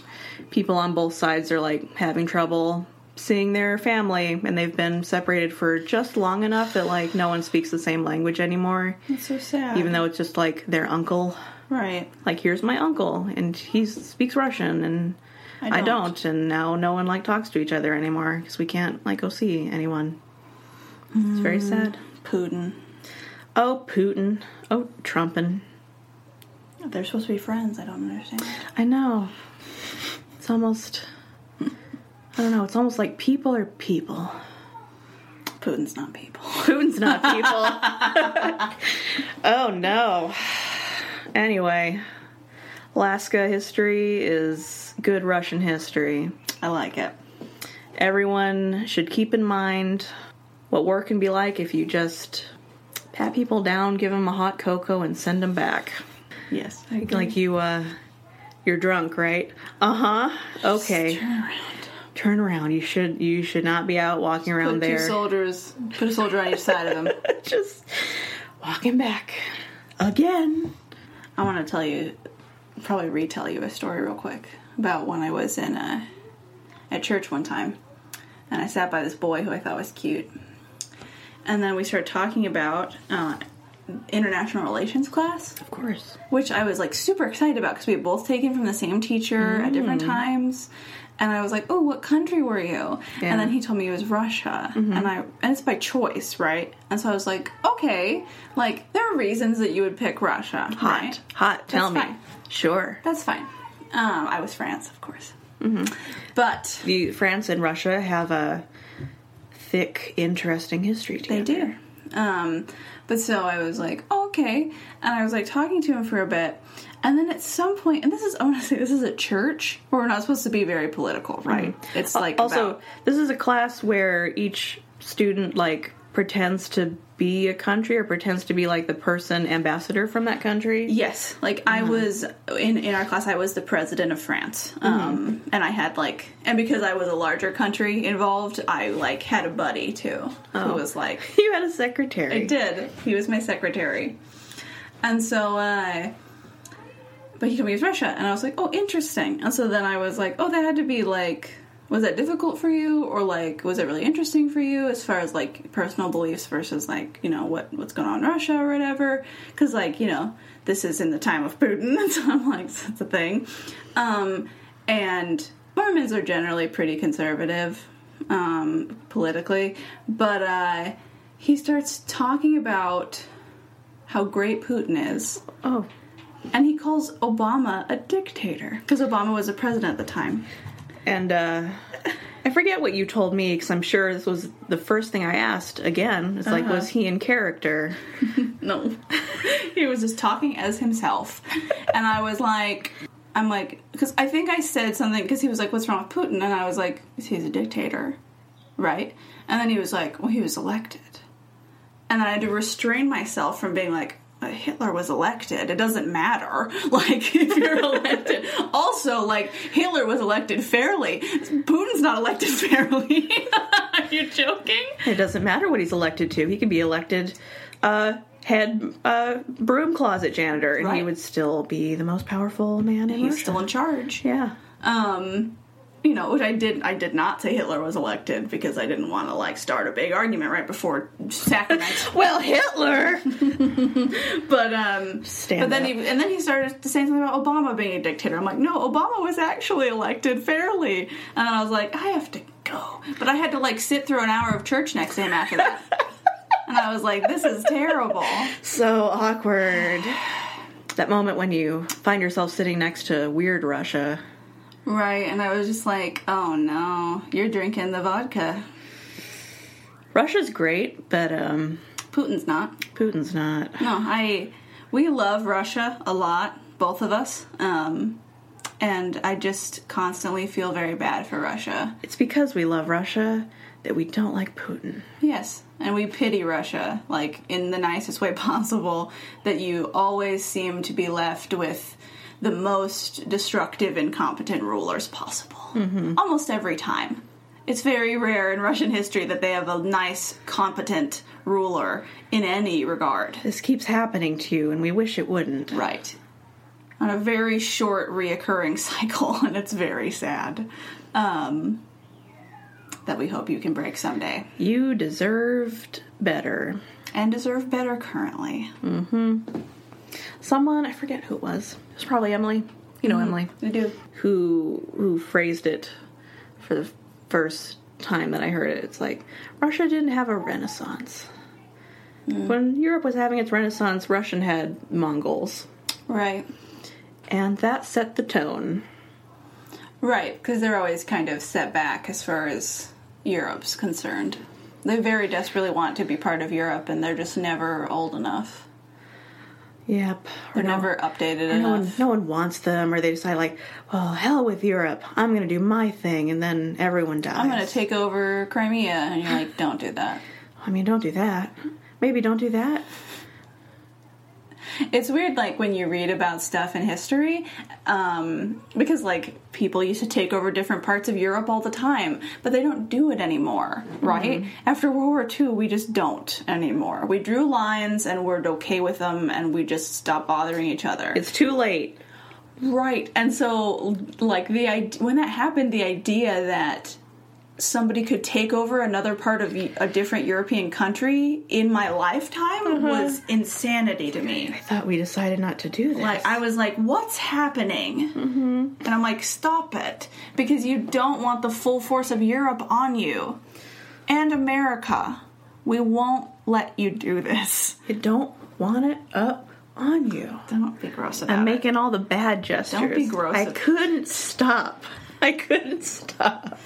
[SPEAKER 1] people on both sides are like having trouble seeing their family and they've been separated for just long enough that like no one speaks the same language anymore
[SPEAKER 2] That's so sad.
[SPEAKER 1] even though it's just like their uncle
[SPEAKER 2] Right.
[SPEAKER 1] like here's my uncle and he speaks russian and
[SPEAKER 2] I
[SPEAKER 1] I
[SPEAKER 2] don't.
[SPEAKER 1] don't and now no one like talks to each other anymore because we can't like go see anyone it's very
[SPEAKER 2] Hmm.
[SPEAKER 1] sad
[SPEAKER 2] Putin.
[SPEAKER 1] oh putin oh trumpin
[SPEAKER 2] They're supposed to be friends. I don't understand.
[SPEAKER 1] I know. It's almost. I don't know. It's almost like people are people.
[SPEAKER 2] Putin's not people.
[SPEAKER 1] Putin's not people. oh no. Anyway, Alaska history is good Russian history.
[SPEAKER 2] I like it.
[SPEAKER 1] Everyone should keep in mind what war can be like if you just pat people down, give them a hot cocoa, and send them back.
[SPEAKER 2] Yes.
[SPEAKER 1] Like you, uh, you're drunk, right? Uh huh. Okay.
[SPEAKER 2] Turn around.
[SPEAKER 1] turn around. You should you should not be out walking around
[SPEAKER 2] Put
[SPEAKER 1] there.
[SPEAKER 2] two soldiers. Put a soldier on each side of them.
[SPEAKER 1] Just walking back again.
[SPEAKER 2] I want to tell you, probably retell you a story real quick about when I was in uh at church one time, and I sat by this boy who I thought was cute, and then we started talking about uh, international relations class,
[SPEAKER 1] Of course.
[SPEAKER 2] which I was like super excited about because we had both taken from the same teacher at different
[SPEAKER 1] Mm.
[SPEAKER 2] times. And I was like, "Oh, what country were you?"
[SPEAKER 1] Yeah. Mm-hmm.
[SPEAKER 2] And then he told me it was Russia, and I and it's by choice, right? And so I was like, "Okay, like there are reasons that you would pick Russia,
[SPEAKER 1] Hot.
[SPEAKER 2] right?
[SPEAKER 1] Hot. Tell me.
[SPEAKER 2] fine.
[SPEAKER 1] Sure.
[SPEAKER 2] That's fine. Um, I was France, of course,
[SPEAKER 1] Mm-hmm.
[SPEAKER 2] but
[SPEAKER 1] The, France and Russia have a thick, interesting history
[SPEAKER 2] They
[SPEAKER 1] together.
[SPEAKER 2] do. Um, but so I was like, oh, okay. And I was like talking to him for a bit. And then at some point, and this is, I want to say, this is a church where we're not supposed to be very political, right? It's like,
[SPEAKER 1] Also,
[SPEAKER 2] about-
[SPEAKER 1] this is a class where each student like pretends to be a country or pretends to be like the person ambassador from that country.
[SPEAKER 2] yes. Like I was, in, in our class, I was the president of France. Um, And I had like, and because I was a larger country involved, I like had a buddy too who was like,
[SPEAKER 1] You had a secretary.
[SPEAKER 2] I did. He was my secretary. And so, uh, but he told me it was Russia. And I was like, oh, interesting. And so then I was like, oh, that had to be like, was that difficult for you? Or like, was it really interesting for you as far as like personal beliefs versus like, you know, what, what's going on in Russia or whatever? Because like, you know, this is in the time of Putin. And so I'm like, that's a thing. Um, and Mormons are generally pretty conservative um, politically. But, uh, he starts talking about how great Putin is,
[SPEAKER 1] Oh.
[SPEAKER 2] and he calls Obama a dictator because Obama was the president at the time.
[SPEAKER 1] And uh, I forget what you told me because I'm sure this was the first thing I asked again. It's
[SPEAKER 2] Uh-huh.
[SPEAKER 1] like, was he in character?
[SPEAKER 2] No, he was just talking as himself, and I was like, I'm like, because I think I said something because he was like, "What's wrong with Putin?" and I was like, "He's a dictator, right?" And then he was like, "Well, he was elected," and then I had to restrain myself from being like. "But Hitler was elected. It doesn't matter. Like if you're elected, also like Hitler was elected fairly. Putin's not elected fairly. Are you joking?
[SPEAKER 1] It doesn't matter what he's elected to. He could be elected uh, head uh, broom closet janitor, and he
[SPEAKER 2] Right.
[SPEAKER 1] would still be the most powerful man in
[SPEAKER 2] He's
[SPEAKER 1] Russia.
[SPEAKER 2] still in charge.
[SPEAKER 1] yeah.
[SPEAKER 2] um you know which i did i did not say hitler was elected because i didn't want to like start a big argument right before sacraments
[SPEAKER 1] Well, Hitler.
[SPEAKER 2] but um
[SPEAKER 1] Stand
[SPEAKER 2] but then
[SPEAKER 1] up.
[SPEAKER 2] he and then he started to say something about obama being a dictator i'm like no obama was actually elected fairly and then i was like i have to go but i had to like sit through an hour of church next to him after that and i was like this is terrible
[SPEAKER 1] so awkward. That moment when you find yourself sitting next to weird Russia.
[SPEAKER 2] right and i was just like oh no you're drinking the vodka
[SPEAKER 1] Russia's great, but um,
[SPEAKER 2] Putin's not.
[SPEAKER 1] Putin's not.
[SPEAKER 2] No, I we love Russia a lot, both of us. Um, and I just constantly feel very bad for Russia.
[SPEAKER 1] It's because we love Russia that we don't like Putin.
[SPEAKER 2] Yes, and we pity Russia like in the nicest way possible that you always seem to be left with the most destructive incompetent rulers possible. Almost every time. It's very rare in Russian history that they have a nice competent ruler in any regard.
[SPEAKER 1] This keeps happening to you, and we wish it wouldn't.
[SPEAKER 2] Right. On a very short reoccurring cycle, and it's very sad. Um, that we hope you can break someday
[SPEAKER 1] You deserved better.
[SPEAKER 2] and deserve better currently.
[SPEAKER 1] Someone I forget who it was. It was probably Emily. You know Emily,
[SPEAKER 2] I do.
[SPEAKER 1] who who phrased it for the first time that I heard it. It's like Russia didn't have a renaissance.
[SPEAKER 2] Mm.
[SPEAKER 1] When Europe was having its renaissance, Russian had Mongols,
[SPEAKER 2] Right.
[SPEAKER 1] and that set the tone.
[SPEAKER 2] Right, because they're always kind of set back as far as Europe's concerned. They very desperately want to be part of Europe, and they're just never old enough.
[SPEAKER 1] Yep.
[SPEAKER 2] They're never updated
[SPEAKER 1] no
[SPEAKER 2] enough.
[SPEAKER 1] one, no one wants them, or they decide like, well, hell with Europe. I'm gonna do my thing, and then everyone dies.
[SPEAKER 2] I'm going to take over Crimea, and you're like, don't do that.
[SPEAKER 1] I mean, don't do that. Maybe don't do that.
[SPEAKER 2] It's weird, like when you read about stuff in history, um, because like people used to take over different parts of Europe all the time, but they don't do it anymore, right? After World War II, we just don't anymore. We drew lines and we're okay with them, and we just stop bothering each other.
[SPEAKER 1] It's too late.
[SPEAKER 2] Right. And so like the id- when that happened the idea that somebody could take over another part of y- a different European country in my lifetime was insanity to me.
[SPEAKER 1] I thought we decided not to do this.
[SPEAKER 2] Like I was like, "What's happening?" Mm-hmm. And I'm like, "Stop it," because you don't want the full force of Europe on you, and America. We won't let you do this.
[SPEAKER 1] you don't want it up on you.
[SPEAKER 2] Don't be gross about
[SPEAKER 1] I'm
[SPEAKER 2] it.
[SPEAKER 1] making all the bad gestures.
[SPEAKER 2] Don't be gross
[SPEAKER 1] I
[SPEAKER 2] about-
[SPEAKER 1] couldn't stop. I couldn't stop.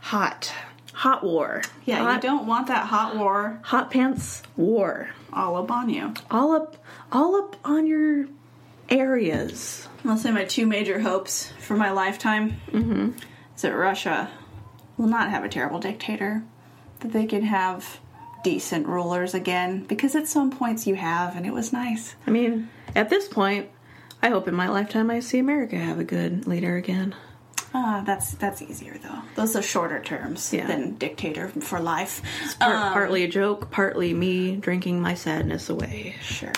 [SPEAKER 1] Hot. Hot war.
[SPEAKER 2] Yeah,
[SPEAKER 1] hot,
[SPEAKER 2] you don't want that hot war
[SPEAKER 1] hot pants war.
[SPEAKER 2] all up on you.
[SPEAKER 1] All up all up on your areas.
[SPEAKER 2] I'll say my two major hopes for my lifetime
[SPEAKER 1] Mm-hmm.
[SPEAKER 2] is that Russia will not have a terrible dictator, that they can have decent rulers again, because at some points you have, and it was nice.
[SPEAKER 1] I mean, at this point, I hope in my lifetime I see America have a good leader again.
[SPEAKER 2] Ah, that's that's easier though. Those are shorter terms
[SPEAKER 1] Yeah.
[SPEAKER 2] than dictator for life. Um,
[SPEAKER 1] Part, partly a joke, partly me drinking my sadness away.
[SPEAKER 2] Sure.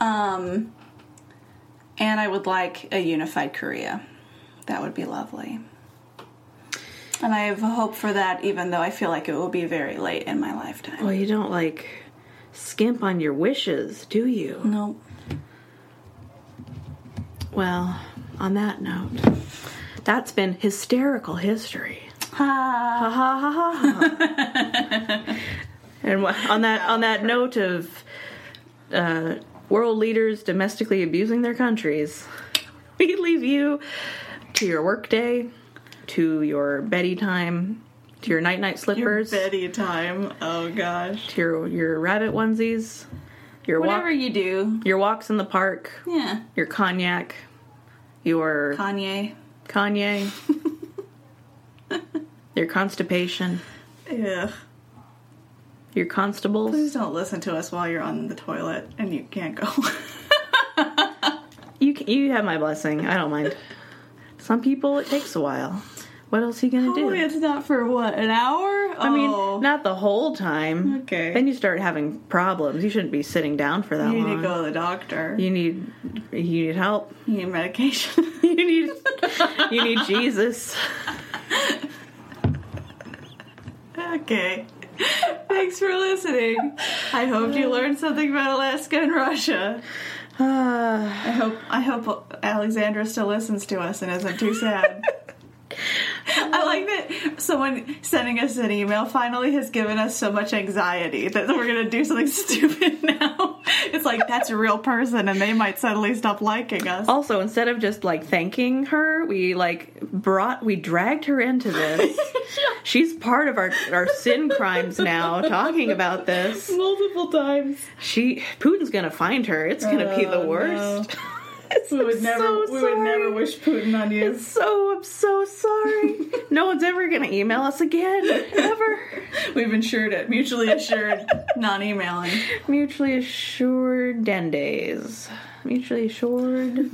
[SPEAKER 2] Um, and I would like a unified Korea. That would be lovely. And I have hope for that, even though I feel like it will be very late in my lifetime.
[SPEAKER 1] Well, you don't like skimp on your wishes, do you?
[SPEAKER 2] No,
[SPEAKER 1] Well, on that note, that's been hysterical history.
[SPEAKER 2] ah,
[SPEAKER 1] Ha ha ha ha. and wha- on that on that note of uh, world leaders domestically abusing their countries, we leave you to your workday, to your beddy time, to your night night slippers,
[SPEAKER 2] Betty time. Oh gosh.
[SPEAKER 1] to your your rabbit onesies, your walk,
[SPEAKER 2] Whatever you do,
[SPEAKER 1] your walks in the park,
[SPEAKER 2] yeah.
[SPEAKER 1] your cognac, your
[SPEAKER 2] Kanye.
[SPEAKER 1] Kanye, your constipation,
[SPEAKER 2] Yeah.
[SPEAKER 1] your constables.
[SPEAKER 2] Please don't listen to us while you're on the toilet and you can't go.
[SPEAKER 1] You can, you have my blessing. I don't mind. Some people it takes a while. What else are you gonna
[SPEAKER 2] oh,
[SPEAKER 1] do?
[SPEAKER 2] it's not for what an hour. Oh,
[SPEAKER 1] I mean, not the whole time.
[SPEAKER 2] Okay.
[SPEAKER 1] Then you start having problems. You shouldn't be sitting down for that
[SPEAKER 2] you need
[SPEAKER 1] long.
[SPEAKER 2] to go to the doctor.
[SPEAKER 1] You need you need help.
[SPEAKER 2] You need medication.
[SPEAKER 1] You need you need Jesus.
[SPEAKER 2] Okay. Thanks for listening. I hope you learned something about Alaska and Russia.
[SPEAKER 1] Ah.
[SPEAKER 2] I hope I hope Alexandra still listens to us and isn't too sad. I like that someone sending us an email finally has given us so much anxiety that we're gonna do something stupid now. It's like that's a real person, and they might suddenly stop liking us.
[SPEAKER 1] Also, instead of just like thanking her, we like brought we dragged her into this. She's part of our our sin crimes now talking about this.
[SPEAKER 2] Multiple times,
[SPEAKER 1] She Putin's going to find her. It's going to be
[SPEAKER 2] Oh,
[SPEAKER 1] the
[SPEAKER 2] no.
[SPEAKER 1] worst. It's-
[SPEAKER 2] we would
[SPEAKER 1] I'm
[SPEAKER 2] never,
[SPEAKER 1] so
[SPEAKER 2] we would never
[SPEAKER 1] sorry.
[SPEAKER 2] wish Putin on you.
[SPEAKER 1] So I'm so sorry. no one's ever gonna email us again, ever.
[SPEAKER 2] We've ensured it, mutually assured, non-emailing.
[SPEAKER 1] Mutually assured days. Mutually assured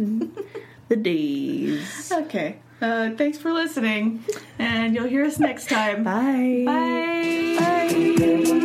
[SPEAKER 1] the days.
[SPEAKER 2] Okay. Uh, thanks for listening, and you'll hear us next time. Bye.